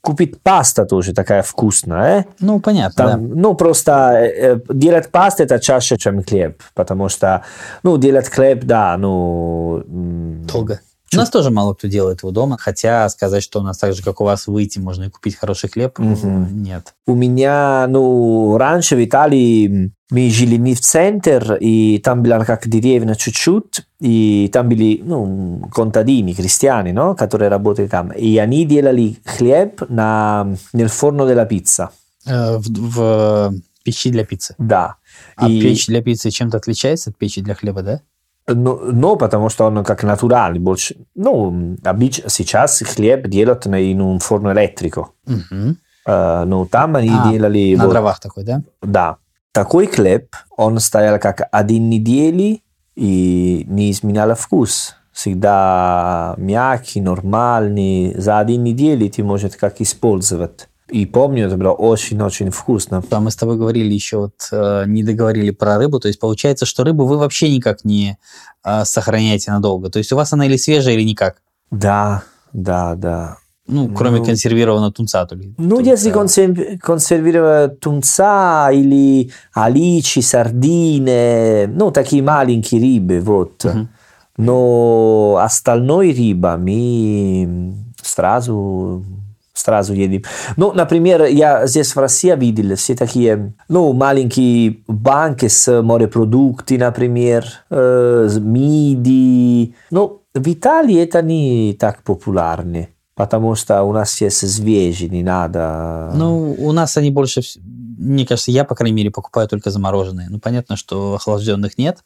Speaker 1: купить паста тоже такая вкусная. э.
Speaker 2: ну, понятно,
Speaker 1: Там,
Speaker 2: да.
Speaker 1: Ну, просто э, э, делать пасту это чаще, чем хлеб, потому что, ну, делать хлеб, да, ну... м,
Speaker 2: Долго. У нас тоже мало кто делает его дома, хотя сказать, что у нас так же, как у вас, выйти можно и купить хороший хлеб,
Speaker 1: Мгм.
Speaker 2: нет.
Speaker 1: У меня, ну, раньше в Италии м, мы жили не в центр, и там была как деревня чуть-чуть, и там были, ну, контадини, крестьяне, но, которые работали там. И они делали хлеб на, nel forno della pizza.
Speaker 2: Э, В, в печи для пиццы.
Speaker 1: Да.
Speaker 2: А
Speaker 1: И-
Speaker 2: печь для пиццы чем-то отличается от печи для хлеба, да?
Speaker 1: Но, но потому что он как натуральный больше. Ну, м, обыч- сейчас хлеб делают на- in un forno elettrico.
Speaker 2: Мгм.
Speaker 1: Э, но там они
Speaker 2: А,
Speaker 1: делали...
Speaker 2: На
Speaker 1: вот-
Speaker 2: дровах такой, да?
Speaker 1: да. Такой хлеб, он стоял как один недели и не изменял вкус. Всегда мягкий, нормальный. За один неделю ты можешь как использовать. И помню, это было очень-очень вкусно.
Speaker 2: А мы с тобой говорили еще вот, э, не договорили про рыбу, то есть получается, что рыбу вы вообще никак не э, сохраняете надолго. То есть у вас она или свежая, или никак.
Speaker 1: Да, да, да.
Speaker 2: Ну, кроме
Speaker 1: Ну,
Speaker 2: консервированного тунца. то ли-
Speaker 1: Ну,
Speaker 2: тунца.
Speaker 1: если консерв- консервировать тунца или аличи, сардины, ну, такие маленькие рыбы, вот.
Speaker 2: Мгм.
Speaker 1: Но остальной рыба мы м, сразу, сразу едим. Ну, например, я здесь в России видел все такие, ну, маленькие банки с морепродуктами, например, eh, э, с миди. Но в Италии это не так популярно. потому что у нас есть свежие, не надо...
Speaker 2: Ну, у нас они больше, вс- мне кажется, я, по крайней мере, покупаю только замороженные. Ну, понятно, что охлажденных нет,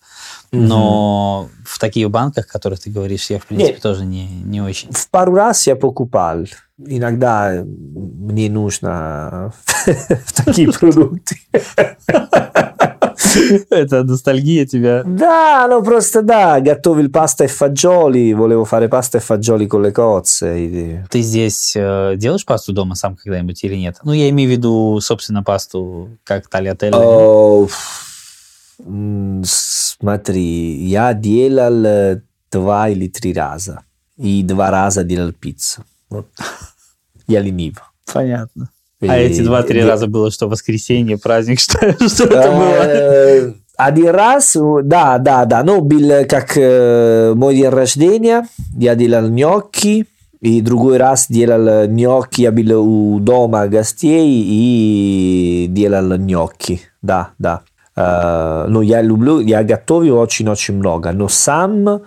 Speaker 2: но в таких банках, о которых ты говоришь, я, в принципе,
Speaker 1: Нет.
Speaker 2: тоже не, не
Speaker 1: [LAUGHS]
Speaker 2: очень.
Speaker 1: В пару раз я покупал. Иногда мне [LAUGHS] нужно такие [LAUGHS] продукты.
Speaker 2: Это ностальгия тебя.
Speaker 1: Да, no, просто да, готовил паста e fagioli, volevo fare pasta e fagioli con le cozze. и-
Speaker 2: Ты здесь э, делаешь пасту дома сам когда-нибудь или нет? Ну, я имею в виду, собственно, пасту, как тальятель.
Speaker 1: О, ф- м, Смотри, я делал э, два или три раза. И два раза делал пиццу. Вот. Я ленив.
Speaker 2: [LAUGHS] Понятно. А
Speaker 1: И-
Speaker 2: эти два-три
Speaker 1: и-
Speaker 2: раза было что, воскресенье, праздник, [LAUGHS] что, что это было?
Speaker 1: Э, Один раз, э, да, да, да, ну, был как э, мой день рождения, я делал ньокки, и другой раз делал э, ньокки, я был у дома гостей и делал ньокки, да, да. Э, Ну, я люблю, я готовил очень-очень много, но сам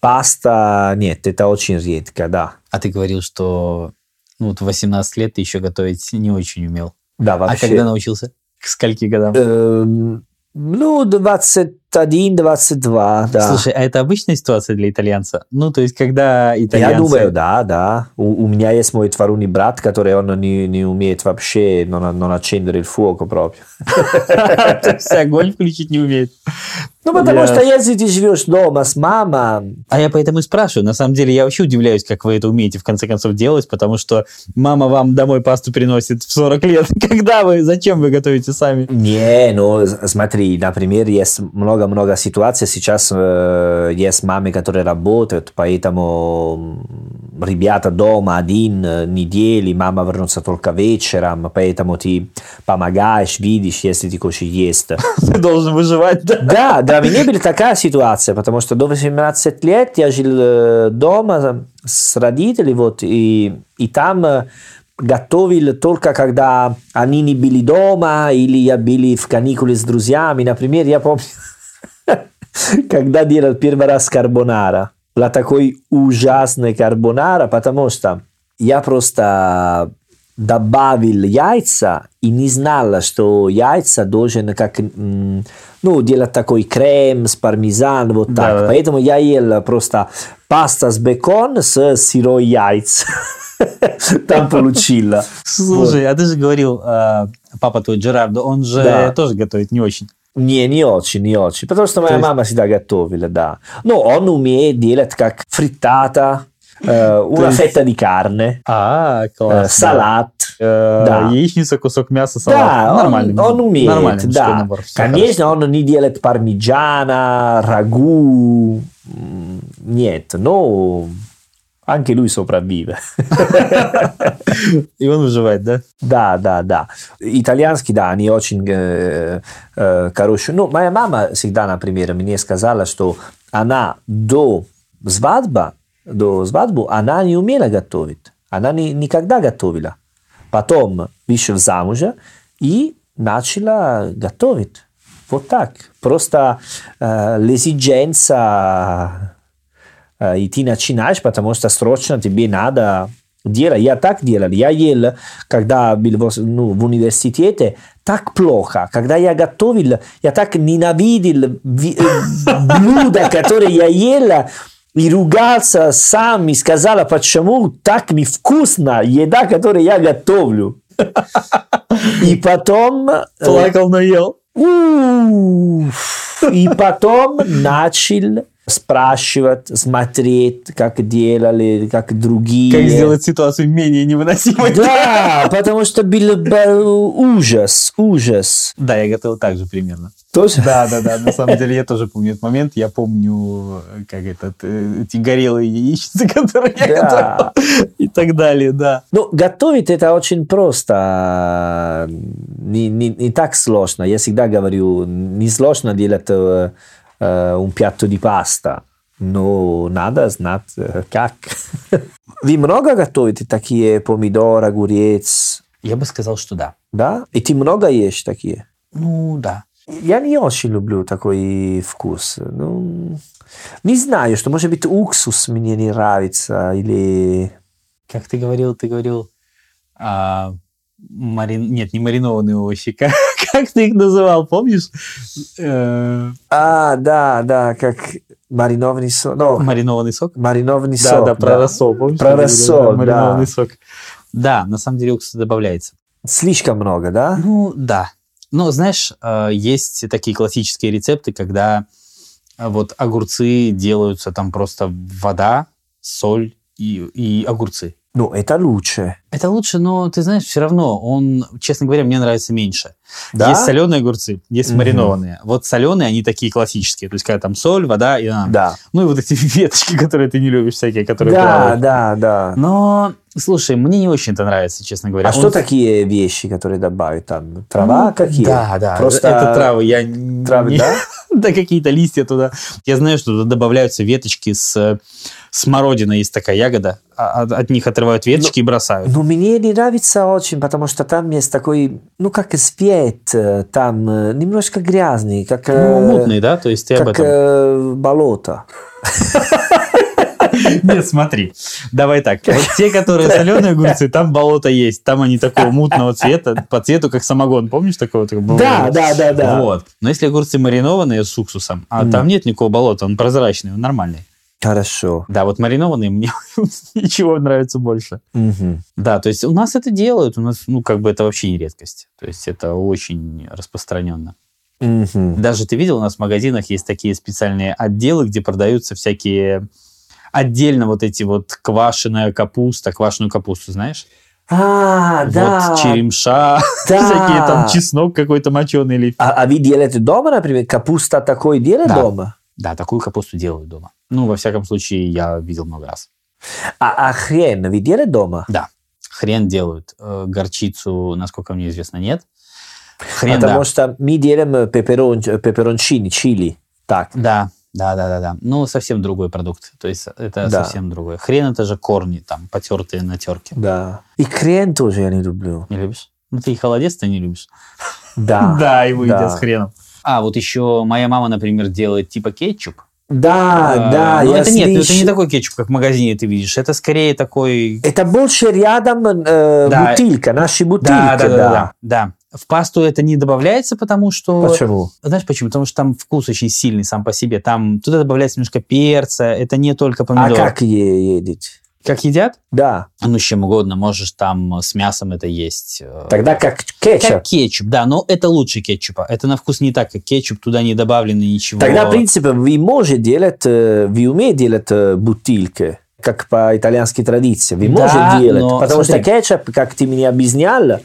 Speaker 1: паста, нет, это очень редко, да.
Speaker 2: А ты говорил, что ну, вот в 18 лет ты еще готовить не очень умел.
Speaker 1: Да, вообще.
Speaker 2: А когда научился? К скольки годам?
Speaker 1: Эм, Ну, 21-22, да.
Speaker 2: Слушай, а это обычная ситуация для итальянца? Ну, то есть, когда итальянцы...
Speaker 1: Я думаю, да, да. У, у меня есть мой творунный брат, который он не, не умеет вообще, non, non accendere il fuoco proprio.
Speaker 2: [LAUGHS] То есть, огонь включить не умеет.
Speaker 1: Ну, потому
Speaker 2: Я-
Speaker 1: что если ты живешь дома с мамой,
Speaker 2: А я поэтому и спрашиваю. На самом деле, я вообще удивляюсь, как вы это умеете, в конце концов, делать, потому что мама вам домой пасту приносит в 40 лет. [LAUGHS] Когда вы? Зачем вы готовите сами? [LAUGHS]
Speaker 1: Не, ну с- смотри, например, есть много-много ситуаций. Сейчас э, есть мамы, которые работают, поэтому м, ребята дома один э, недели, мама вернется только вечером, поэтому ты помогаешь, видишь, если ты хочешь есть.
Speaker 2: Ты должен выживать, да?
Speaker 1: Да, для меня была такая ситуация, потому что до 18 лет я жил э, дома с родителями, вот, и, и там э, готовил только когда они не были дома, или я были в каникуле с друзьями, например, я [LAUGHS] помню, [LAUGHS] когда делал первый раз карбонара, была такой ужасная карбонара, потому что я просто добавил яйца и не знала, что яйца должен как, м, ну, делать такой крем с пармезан, вот так.
Speaker 2: Да-да.
Speaker 1: Поэтому я ел просто паста с бекон с сырой яйц. [LAUGHS] Там получила.
Speaker 2: Слушай, а ты же говорил, э, папа твой Джерардо, он же
Speaker 1: Да.
Speaker 2: тоже готовит не очень.
Speaker 1: Не, не очень, не очень. Потому что
Speaker 2: То
Speaker 1: моя
Speaker 2: есть-
Speaker 1: мама всегда готовила, да. Но он умеет делать как фриттата, э, una
Speaker 2: есть-
Speaker 1: fetta di carne,
Speaker 2: А,
Speaker 1: э,
Speaker 2: класс.
Speaker 1: салат.
Speaker 2: Да.
Speaker 1: Да.
Speaker 2: Э, Яичница, кусок мяса,
Speaker 1: Да,
Speaker 2: салат.
Speaker 1: он-
Speaker 2: Нормально.
Speaker 1: он, умеет,
Speaker 2: Нормальный мужской
Speaker 1: да.
Speaker 2: набор. Всё
Speaker 1: Конечно, он не делает пармиджана, рагу, м, нет, но mm, anche lui sopravvive.
Speaker 2: хорошо. И он выживает, да?
Speaker 1: Да, да, да. Итальянский, да, они очень э, э, хорошие. Ну, моя мама всегда, например, мне сказала, что она до свадьбы, до свадьбы, она не умела готовить. Она не, никогда готовила. Потом вышла замуж и начала готовить. Вот так. Просто э, l'esigenza э, и ты начинаешь, потому что срочно тебе надо делать. Я так делал. Я ел, когда был вос- ну, в университете, так плохо. Когда я готовил, я так ненавидел ви- э, блюда, которые я ел, и ругался сам, и сказала, почему так невкусно еда, которую я готовлю. И потом... э,
Speaker 2: Плакал, но ел.
Speaker 1: Уф. И потом начал спрашивать, смотреть, как делали, как другие.
Speaker 2: Как сделать ситуацию менее невыносимой.
Speaker 1: Да, потому что был б- ужас, ужас.
Speaker 2: Да, я готовил так же примерно.
Speaker 1: Тоже?
Speaker 2: Да, да, да. На самом деле я тоже помню этот момент. Я помню, э, как этот, э, эти горелые яичницы, [LAUGHS] которые я
Speaker 1: Да.
Speaker 2: готовил. И так далее, да.
Speaker 1: Ну, готовить это очень просто, не, не- не так сложно. Я всегда говорю, не сложно делать э, э, un piatto di pasta, но надо знать, э, как. [LAUGHS] Вы много готовите такие помидоры, огурец,
Speaker 2: Я бы сказал, что да.
Speaker 1: да? И ты много ешь такие?
Speaker 2: Ну, да.
Speaker 1: Я не очень люблю такой вкус. Ну, не знаю, что, может быть, уксус мне не нравится, или
Speaker 2: Как ты говорил, ты говорил... а, марин... Нет, не маринованные овощи. [LAUGHS] Как, как ты их называл, помнишь? Э,
Speaker 1: А, да, да, как маринованный сок. No,
Speaker 2: маринованный сок?
Speaker 1: маринованный
Speaker 2: да,
Speaker 1: сок.
Speaker 2: да, про рассол. Помнишь,
Speaker 1: Про
Speaker 2: ты говорил,
Speaker 1: рассол,
Speaker 2: Маринованный
Speaker 1: да.
Speaker 2: сок. Да, на самом деле уксус добавляется.
Speaker 1: Слишком много, да?
Speaker 2: Ну, да. Но, знаешь, э, есть такие классические рецепты, когда э, вот огурцы делаются там просто вода, соль и, и огурцы.
Speaker 1: Ну, это лучше.
Speaker 2: Это лучше, но ты знаешь, все равно он, честно говоря, мне нравится меньше.
Speaker 1: Да?
Speaker 2: Есть соленые огурцы, есть
Speaker 1: Мгм.
Speaker 2: маринованные. Вот соленые, они такие классические. То есть, когда там соль, вода и... она.
Speaker 1: Да.
Speaker 2: Ну и вот эти [LAUGHS] веточки, которые ты не любишь, всякие, которые
Speaker 1: Да,
Speaker 2: плавают.
Speaker 1: да, да.
Speaker 2: Но, слушай, мне не очень это нравится, честно говоря.
Speaker 1: А
Speaker 2: Он
Speaker 1: что
Speaker 2: в-
Speaker 1: такие вещи, которые добавят там? Трава
Speaker 2: Ну,
Speaker 1: какие?
Speaker 2: Да, да.
Speaker 1: Просто-
Speaker 2: Просто это травы. Я н-
Speaker 1: Травы,
Speaker 2: не-
Speaker 1: да?
Speaker 2: [LAUGHS] да, какие-то листья туда. Я знаю, что туда добавляются веточки с э, смородина, есть такая ягода. А- От, от них отрывают
Speaker 1: Ну,
Speaker 2: веточки и бросают.
Speaker 1: Но мне не нравится очень, потому что там есть такой, ну как свет, э, там э, немножко грязный, как, э,
Speaker 2: Ну, мутные, да? То есть ты об
Speaker 1: как
Speaker 2: этом.
Speaker 1: э, болото.
Speaker 2: Нет, смотри. Давай так. Вот те, которые соленые огурцы, там болото есть. Там они такого мутного цвета, по цвету, как самогон. Помнишь такого? такого?
Speaker 1: да, да,
Speaker 2: Вот. Но если огурцы маринованные с уксусом, а
Speaker 1: Мгм.
Speaker 2: там нет никакого болота, он прозрачный, он нормальный.
Speaker 1: Хорошо.
Speaker 2: Да, вот маринованные мне [LAUGHS] ничего нравится больше.
Speaker 1: Мгм.
Speaker 2: Да, то есть у нас это делают, у нас, ну, как бы это вообще не редкость. То есть это очень распространенно.
Speaker 1: Мгм.
Speaker 2: Даже ты видел, у нас в магазинах есть такие специальные отделы, где продаются всякие отдельно вот эти вот квашеная капуста, квашеную капусту, знаешь?
Speaker 1: А, да.
Speaker 2: Вот черемша, [LAUGHS]
Speaker 1: да.
Speaker 2: всякие там чеснок какой-то моченый или...
Speaker 1: А, а вы делаете дома, например? Капуста такой делает
Speaker 2: Да.
Speaker 1: дома?
Speaker 2: Да, такую капусту делают дома. Ну, во всяком случае, я видел много раз.
Speaker 1: А, а хрен вы делаете дома?
Speaker 2: Хрен делают. Э, Горчицу, насколько мне известно, нет. Хрен, да.
Speaker 1: потому что мы делаем э, пеперон, э, пеперончини, чили. Так.
Speaker 2: Да, да, да, да, да. Ну, совсем другой продукт. То есть это
Speaker 1: Да.
Speaker 2: совсем другое. Хрен это же корни там, потертые на терке.
Speaker 1: Да. И хрен тоже я не люблю.
Speaker 2: Не любишь? Ну, ты и холодец ты не любишь. [LAUGHS]
Speaker 1: Да.
Speaker 2: его
Speaker 1: да.
Speaker 2: хреном. А, вот еще моя мама, например, делает типа кетчуп.
Speaker 1: Да,
Speaker 2: А,
Speaker 1: да,
Speaker 2: но
Speaker 1: я
Speaker 2: это нет, ну, это
Speaker 1: слышу.
Speaker 2: не такой кетчуп, как в магазине ты видишь. Это скорее такой...
Speaker 1: Это больше рядом э,
Speaker 2: Да.
Speaker 1: бутылка, наши бутылки, да.
Speaker 2: да. да. В пасту это не добавляется, потому что...
Speaker 1: Почему?
Speaker 2: Знаешь почему? Потому что там вкус очень сильный сам по себе. Там туда добавляется немножко перца. Это не только помидор.
Speaker 1: А как е- едить?
Speaker 2: как едят?
Speaker 1: Да,
Speaker 2: Ну, с чем угодно. Можешь там э, с мясом это есть. э,
Speaker 1: тогда как
Speaker 2: Как
Speaker 1: кетчуп.
Speaker 2: кетчуп, да, но это лучше кетчупа. Это на вкус не так, как кетчуп, туда не добавлено ничего.
Speaker 1: Тогда, в принципе, вы можете делать, э, вы умеете делать э, бутылки, как по итальянской традиции. Вы
Speaker 2: Да,
Speaker 1: можете делать,
Speaker 2: но
Speaker 1: потому
Speaker 2: смотри.
Speaker 1: что кетчуп, как ты мне объяснял,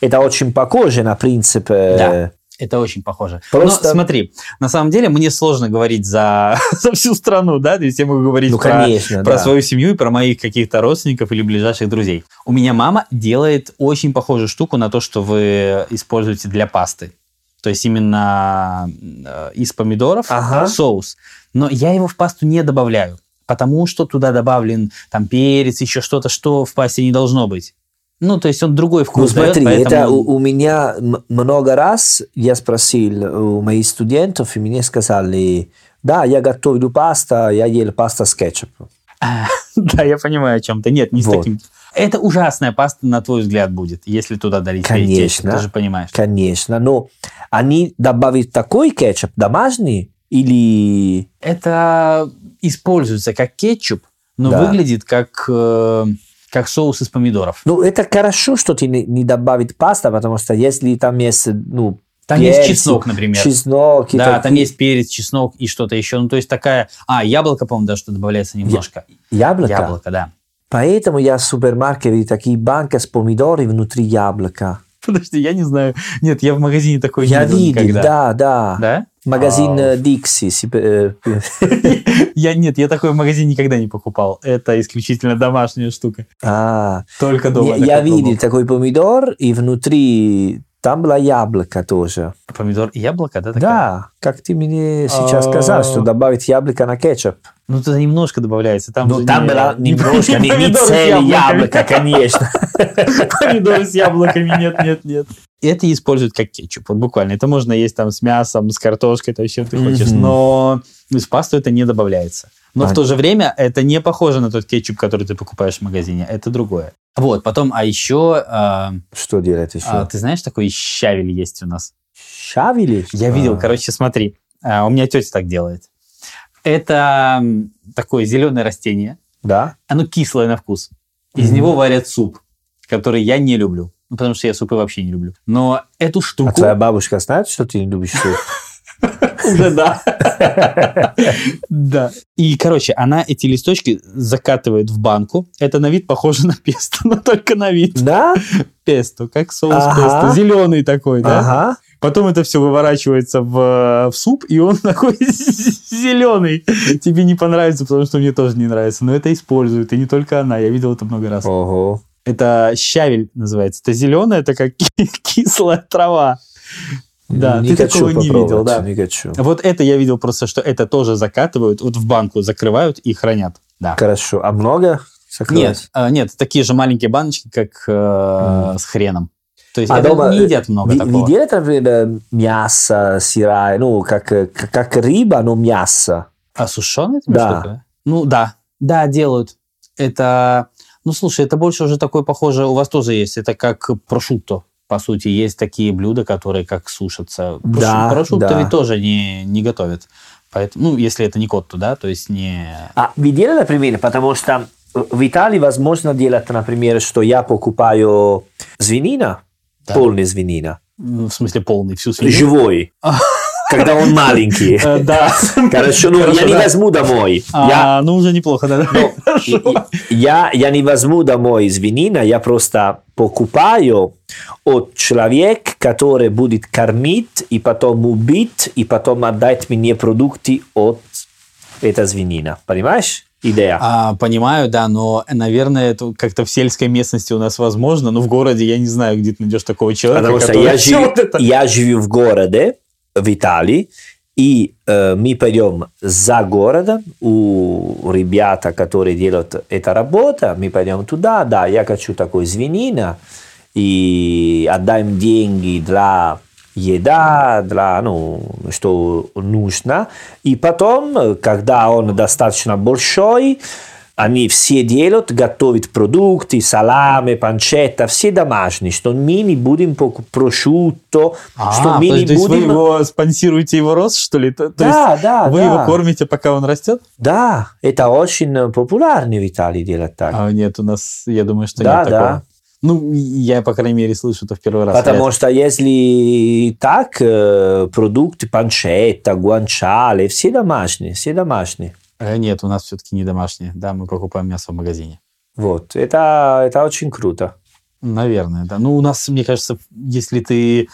Speaker 1: это очень похоже на принцип. э,
Speaker 2: Да. Это очень похоже.
Speaker 1: Просто-
Speaker 2: Но смотри, на самом деле мне сложно говорить за, [LAUGHS] за всю страну, да, то есть я могу говорить
Speaker 1: Ну,
Speaker 2: про,
Speaker 1: конечно,
Speaker 2: про
Speaker 1: да.
Speaker 2: свою семью и про моих каких-то родственников или ближайших друзей. У меня мама делает очень похожую штуку на то, что вы используете для пасты. То есть именно э, из помидоров
Speaker 1: Ага.
Speaker 2: соус. Но я его в пасту не добавляю, потому что туда добавлен там перец, еще что-то, что в пасте не должно быть. Ну, то есть он другой
Speaker 1: Ну,
Speaker 2: вкус дает,
Speaker 1: смотри, это
Speaker 2: поэтому-
Speaker 1: у, у меня м- много раз я спросил у моих студентов, и мне сказали, да, я готовлю паста, я ел паста с кетчупом.
Speaker 2: Да, я понимаю, о чем ты. Нет, не с
Speaker 1: Вот.
Speaker 2: таким. Это ужасная паста, на твой взгляд, будет, если туда долить
Speaker 1: Конечно.
Speaker 2: перетечку, Ты же понимаешь.
Speaker 1: Конечно, но они добавят такой кетчуп, домашний, или...
Speaker 2: Это используется как кетчуп, но
Speaker 1: Да.
Speaker 2: выглядит как, э, как соус из помидоров.
Speaker 1: Ну, это хорошо, что ты не, не добавит паста, потому что если там есть, ну,
Speaker 2: Там есть
Speaker 1: перец,
Speaker 2: чеснок, например.
Speaker 1: чеснок и
Speaker 2: Да,
Speaker 1: так-
Speaker 2: там есть перец, чеснок и что-то еще. Ну, то есть такая... А, яблоко, по-моему, даже что добавляется немножко.
Speaker 1: яблоко.
Speaker 2: Яблоко, да.
Speaker 1: Поэтому я в супермаркете видел такие банки с помидорами внутри яблока.
Speaker 2: Подожди, я не знаю. Нет, я в магазине такой
Speaker 1: я
Speaker 2: видел
Speaker 1: видел,
Speaker 2: никогда.
Speaker 1: да, да.
Speaker 2: Да?
Speaker 1: Магазин
Speaker 2: А.
Speaker 1: э, Dixie. си- э, э, [LAUGHS]
Speaker 2: Я, нет, я такой в магазине никогда не покупал. Это исключительно домашняя штука.
Speaker 1: а.
Speaker 2: Только дома.
Speaker 1: Я,
Speaker 2: такой
Speaker 1: я
Speaker 2: пробовал.
Speaker 1: видел такой помидор, и внутри там было яблоко тоже.
Speaker 2: Помидор и яблоко, да? такая?
Speaker 1: Да, как ты мне сейчас сказал,
Speaker 2: А.
Speaker 1: что добавить яблоко на кетчуп.
Speaker 2: Ну, туда немножко добавляется. Там же
Speaker 1: Ну, там
Speaker 2: [LAUGHS] не-
Speaker 1: было немножко, не, не
Speaker 2: помидоры с [LAUGHS]
Speaker 1: целое
Speaker 2: яблоками.
Speaker 1: яблоко, конечно.
Speaker 2: Помидоры с яблоками, нет, нет, нет. Это используют как кетчуп, вот буквально. Это можно есть там с мясом, с картошкой, то, с чем ты хочешь.
Speaker 1: Мгм.
Speaker 2: Но из пасту это не добавляется. Но в
Speaker 1: А-
Speaker 2: то же время это не похоже на тот кетчуп, который ты покупаешь в магазине. Это другое. Вот, потом, а еще, а,
Speaker 1: Что делать еще?
Speaker 2: а, ты знаешь, такой щавель есть у нас.
Speaker 1: Шавели?
Speaker 2: Я видел,
Speaker 1: А.
Speaker 2: короче, смотри, а, у меня тетя так делает. Это м, такое зеленое растение,
Speaker 1: Да?
Speaker 2: оно кислое на вкус. Из
Speaker 1: Мгм.
Speaker 2: него варят суп, который я не люблю, ну, потому что я супы вообще не люблю. Но эту
Speaker 1: А
Speaker 2: штуку...
Speaker 1: твоя бабушка знает, что ты не любишь суп?
Speaker 2: Уже да. Да. И, короче, она эти листочки закатывает в банку. Это на вид похоже на песто, [LAUGHS] но только на вид.
Speaker 1: [LAUGHS] Да?
Speaker 2: Песто, как соус
Speaker 1: Ага.
Speaker 2: песто. Зеленый такой, да?
Speaker 1: Ага.
Speaker 2: Потом это все выворачивается в, э, в суп, и он [LAUGHS] такой зеленый. Тебе не понравится, потому что мне тоже не нравится. Но это используют, и не только она. Я видел это много раз.
Speaker 1: Ого.
Speaker 2: Это щавель называется. Это зеленая, это как [LAUGHS] кислая трава. Да,
Speaker 1: Не
Speaker 2: ты
Speaker 1: хочу
Speaker 2: такого не
Speaker 1: попробовать,
Speaker 2: видел, да.
Speaker 1: Не хочу.
Speaker 2: Вот это я видел просто, что это тоже закатывают, вот в банку закрывают и хранят. Да.
Speaker 1: Хорошо. А много? закрывать?
Speaker 2: Нет, а, нет, такие же маленькие баночки, как э, с хреном. То есть
Speaker 1: А
Speaker 2: это
Speaker 1: дома,
Speaker 2: не
Speaker 1: э,
Speaker 2: едят много
Speaker 1: Ви-
Speaker 2: такого.
Speaker 1: Видели, например, мясо, сыра, ну, как, э, к- как рыба, но мясо?
Speaker 2: А сушеные
Speaker 1: Да.
Speaker 2: Ну да, да, делают. Это, ну слушай, это больше уже такое похоже, у вас тоже есть, это как прошутто. По сути, есть такие блюда, которые как сушатся. Прошу-
Speaker 1: Да,
Speaker 2: прошутто
Speaker 1: да.
Speaker 2: ведь тоже не, не готовят. Поэтому, ну, если это не котто, да, то есть не...
Speaker 1: А видели, например, потому что в Италии возможно делать, например, что я покупаю свинина,
Speaker 2: Да.
Speaker 1: полный свинина,
Speaker 2: Ну, В смысле, полный, всю свинью. [LAUGHS]
Speaker 1: живой, когда он маленький.
Speaker 2: Э,
Speaker 1: [LAUGHS]
Speaker 2: Да.
Speaker 1: Хорошо, ну я
Speaker 2: Хорошо,
Speaker 1: не
Speaker 2: да.
Speaker 1: возьму домой. Я-
Speaker 2: А, ну, уже неплохо, да. [LAUGHS]
Speaker 1: ну, Я я не возьму домой свинина, я просто покупаю от человека, который будет кормить и потом убить, и потом отдать мне продукты от этой свинина. Понимаешь? Идея.
Speaker 2: А, понимаю, да, но, наверное, это как-то в сельской местности у нас возможно, но в городе я не знаю, где ты найдешь такого человека,
Speaker 1: Потому что
Speaker 2: который
Speaker 1: я
Speaker 2: всё
Speaker 1: живу,
Speaker 2: [LAUGHS] вот это-
Speaker 1: я живу в городе, в Италии, и э, мы пойдем за городом, у ребята, которые делают эту работу, мы пойдем туда, да, я хочу такой свинина, и отдаем деньги для еда, для, ну, что нужно. И потом, э, когда он достаточно большой, они все делают, готовят продукты, саламы, панчетта, все домашние, что мы не будем покуп- прошутто,
Speaker 2: А,
Speaker 1: что мы
Speaker 2: подожди,
Speaker 1: не
Speaker 2: то есть вы
Speaker 1: будем...
Speaker 2: его спонсируете его рост, что ли? То, то
Speaker 1: Да, да,
Speaker 2: есть вы
Speaker 1: да.
Speaker 2: его кормите, пока он растет?
Speaker 1: Да, это очень э, популярно в Италии делать так.
Speaker 2: А, нет, у нас, я думаю, что
Speaker 1: Да, да.
Speaker 2: нет такого. Ну, я, по крайней мере, слышу это в первый раз.
Speaker 1: Потому
Speaker 2: Вряд-
Speaker 1: что если так, э, продукты панчетта, гуанчале, все домашние, все домашние.
Speaker 2: Э, Нет, у нас все-таки не домашние. Да, мы покупаем мясо в магазине.
Speaker 1: Вот, это, это очень круто.
Speaker 2: Наверное, да. Ну, у нас, мне кажется, если ты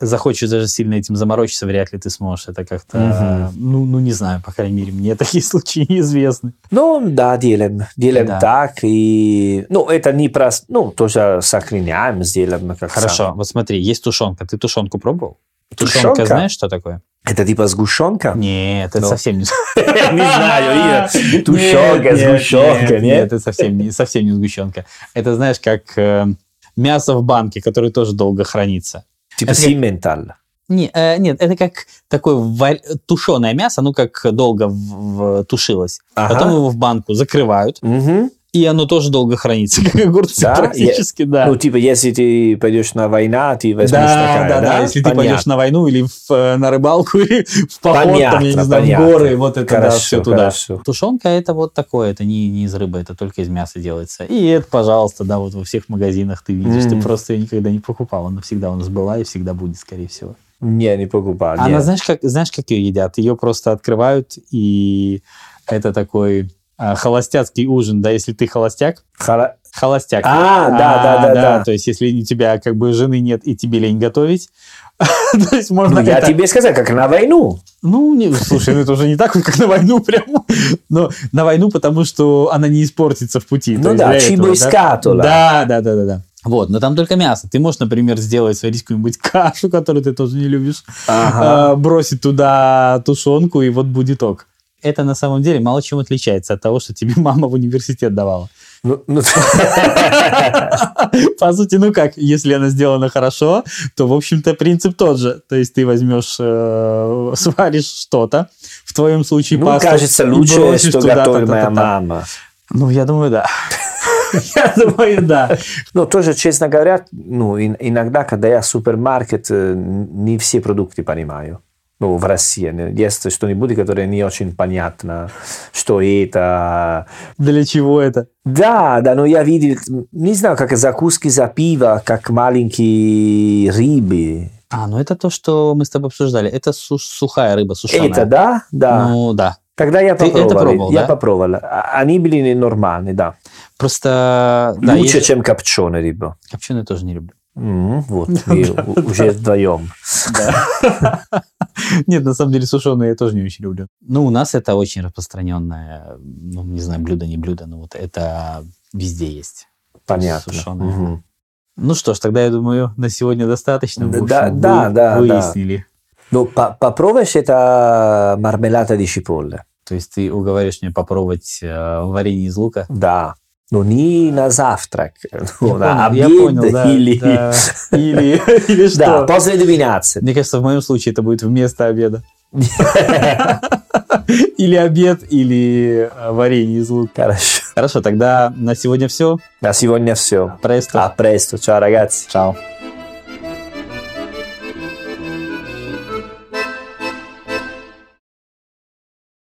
Speaker 2: захочешь даже сильно этим заморочиться, вряд ли ты сможешь это как-то...
Speaker 1: Мгм.
Speaker 2: Ну, ну, не знаю, по крайней мере, мне [LAUGHS] такие случаи неизвестны.
Speaker 1: Ну, да, делаем, делаем
Speaker 2: Да.
Speaker 1: так. И, ну, это не просто, ну, тоже сохраняем, сделаем как
Speaker 2: Хорошо, вот смотри, есть тушенка. Ты тушенку пробовал?
Speaker 1: Тушенка?
Speaker 2: знаешь, что такое?
Speaker 1: сам. Это типа сгущенка?
Speaker 2: [LAUGHS] Нет, это
Speaker 1: Ну.
Speaker 2: совсем не...
Speaker 1: Не
Speaker 2: [LAUGHS]
Speaker 1: знаю, Ира. Тушенка,
Speaker 2: Нет, нет,
Speaker 1: сгущенка,
Speaker 2: нет?
Speaker 1: нет?
Speaker 2: это совсем не, совсем не сгущенка. Это, знаешь, как э, мясо в банке, которое тоже долго хранится.
Speaker 1: Типа
Speaker 2: Это А как-
Speaker 1: симменталь.
Speaker 2: Не, э, нет, это как такое вар- тушеное мясо, ну, как долго в- в- тушилось.
Speaker 1: Ага.
Speaker 2: Потом его в банку закрывают,
Speaker 1: Мгм.
Speaker 2: и оно тоже долго хранится, [LAUGHS] как огурцы
Speaker 1: Да?
Speaker 2: практически, да.
Speaker 1: Ну, типа, если ты пойдешь на война, ты возьмешь такая, да?
Speaker 2: если
Speaker 1: Понятно.
Speaker 2: ты пойдешь на войну или в, э, на рыбалку, или в поход, там, я
Speaker 1: Понятно,
Speaker 2: не знаю,
Speaker 1: понятно.
Speaker 2: в горы, вот это
Speaker 1: Хорошо,
Speaker 2: все туда.
Speaker 1: хорошо.
Speaker 2: Тушенка это вот такое, это не, не из рыбы, это только из мяса делается. И это, пожалуйста, да, вот во всех магазинах ты видишь,
Speaker 1: Мгм.
Speaker 2: ты просто ее никогда не покупал, она всегда у нас была и всегда будет, скорее всего.
Speaker 1: Не, не покупал.
Speaker 2: Она,
Speaker 1: нет.
Speaker 2: знаешь, как, знаешь, как ее едят? Ее просто открывают, и это такой а, холостяцкий ужин, да, если ты холостяк,
Speaker 1: Хала-
Speaker 2: холостяк.
Speaker 1: А, да, да, да, да.
Speaker 2: То есть, если у тебя как бы жены нет и тебе лень готовить, [LAUGHS] то есть можно
Speaker 1: Ну, я
Speaker 2: как-то-
Speaker 1: тебе сказал, как на войну.
Speaker 2: Ну, не- слушай, ну это уже не так, как на войну прямо, но на войну, потому что она не испортится в пути. то
Speaker 1: Ну
Speaker 2: есть
Speaker 1: да,
Speaker 2: для этого,
Speaker 1: чебоискатула.
Speaker 2: Да, да, да, да, да. Вот, но там только мясо. Ты можешь, например, сделать свою какую-нибудь кашу, которую ты тоже не любишь,
Speaker 1: Ага.
Speaker 2: э, бросить туда тушенку, [LAUGHS] и вот будет ок. Это на самом деле мало чем отличается от того, что тебе мама в университет давала.
Speaker 1: Ну, ну,
Speaker 2: [LAUGHS] По сути, ну как, если она сделана хорошо, то, в общем-то, принцип тот же. То есть ты возьмешь, э, [LAUGHS] сваришь что-то, в твоем случае
Speaker 1: ну,
Speaker 2: пасту,
Speaker 1: кажется,
Speaker 2: [LAUGHS] и
Speaker 1: лучшее,
Speaker 2: бросишь
Speaker 1: что
Speaker 2: туда,
Speaker 1: готовит моя
Speaker 2: та-та-та-та.
Speaker 1: мама.
Speaker 2: Ну, я думаю, да. [LAUGHS] Я думаю, да.
Speaker 1: Ну, тоже, честно говоря, ну, ин- иногда, когда я в супермаркет, э, не все продукты понимаю. Ну, в России э, есть что-нибудь, которое не очень понятно, что это.
Speaker 2: Для чего это?
Speaker 1: Да, да, но я видел, не знаю, как закуски за пиво, как маленькие рыбы.
Speaker 2: А, ну это то, что мы с тобой обсуждали. Это су- сухая рыба, сушеная.
Speaker 1: Это, да? Да.
Speaker 2: Ну, да.
Speaker 1: Тогда я
Speaker 2: Ты это
Speaker 1: попробовал.
Speaker 2: пробовал,
Speaker 1: я
Speaker 2: да?
Speaker 1: попробовал. А- Они были нормальные, да.
Speaker 2: Просто... да,
Speaker 1: Лучше,
Speaker 2: есть-
Speaker 1: чем копченая рыба.
Speaker 2: Копченую тоже не люблю.
Speaker 1: М,
Speaker 2: [LAUGHS]
Speaker 1: вот, и у- уже вдвоем.
Speaker 2: Нет, на самом деле сушеные я тоже не очень люблю. Ну, у нас это очень распространенное, ну, не знаю, блюдо, не блюдо, но вот это везде есть.
Speaker 1: Понятно.
Speaker 2: Сушеная.
Speaker 1: Мгм.
Speaker 2: Ну что ж, тогда, я думаю, на сегодня достаточно. В
Speaker 1: Да,
Speaker 2: общем,
Speaker 1: да,
Speaker 2: вы-
Speaker 1: да, да.
Speaker 2: Выяснили.
Speaker 1: Ну, по- попробуешь это мармелада di cipolle.
Speaker 2: То есть ты уговариваешь меня попробовать э, варенье из лука?
Speaker 1: Да. Но не на завтрак, [LAUGHS] ну, на
Speaker 2: понял, я
Speaker 1: обед
Speaker 2: понял, да,
Speaker 1: или...
Speaker 2: да.
Speaker 1: [LAUGHS]
Speaker 2: Или, [LAUGHS] или что?
Speaker 1: Да, после
Speaker 2: [LAUGHS]
Speaker 1: 12.
Speaker 2: Мне кажется, в моем случае это будет вместо обеда. [LAUGHS] Или обед, или э, варенье из лука.
Speaker 1: Хорошо.
Speaker 2: Хорошо, тогда на сегодня все.
Speaker 1: На сегодня все.
Speaker 2: Престо.
Speaker 1: А, престо. Чао, ragazzi.
Speaker 2: Чао.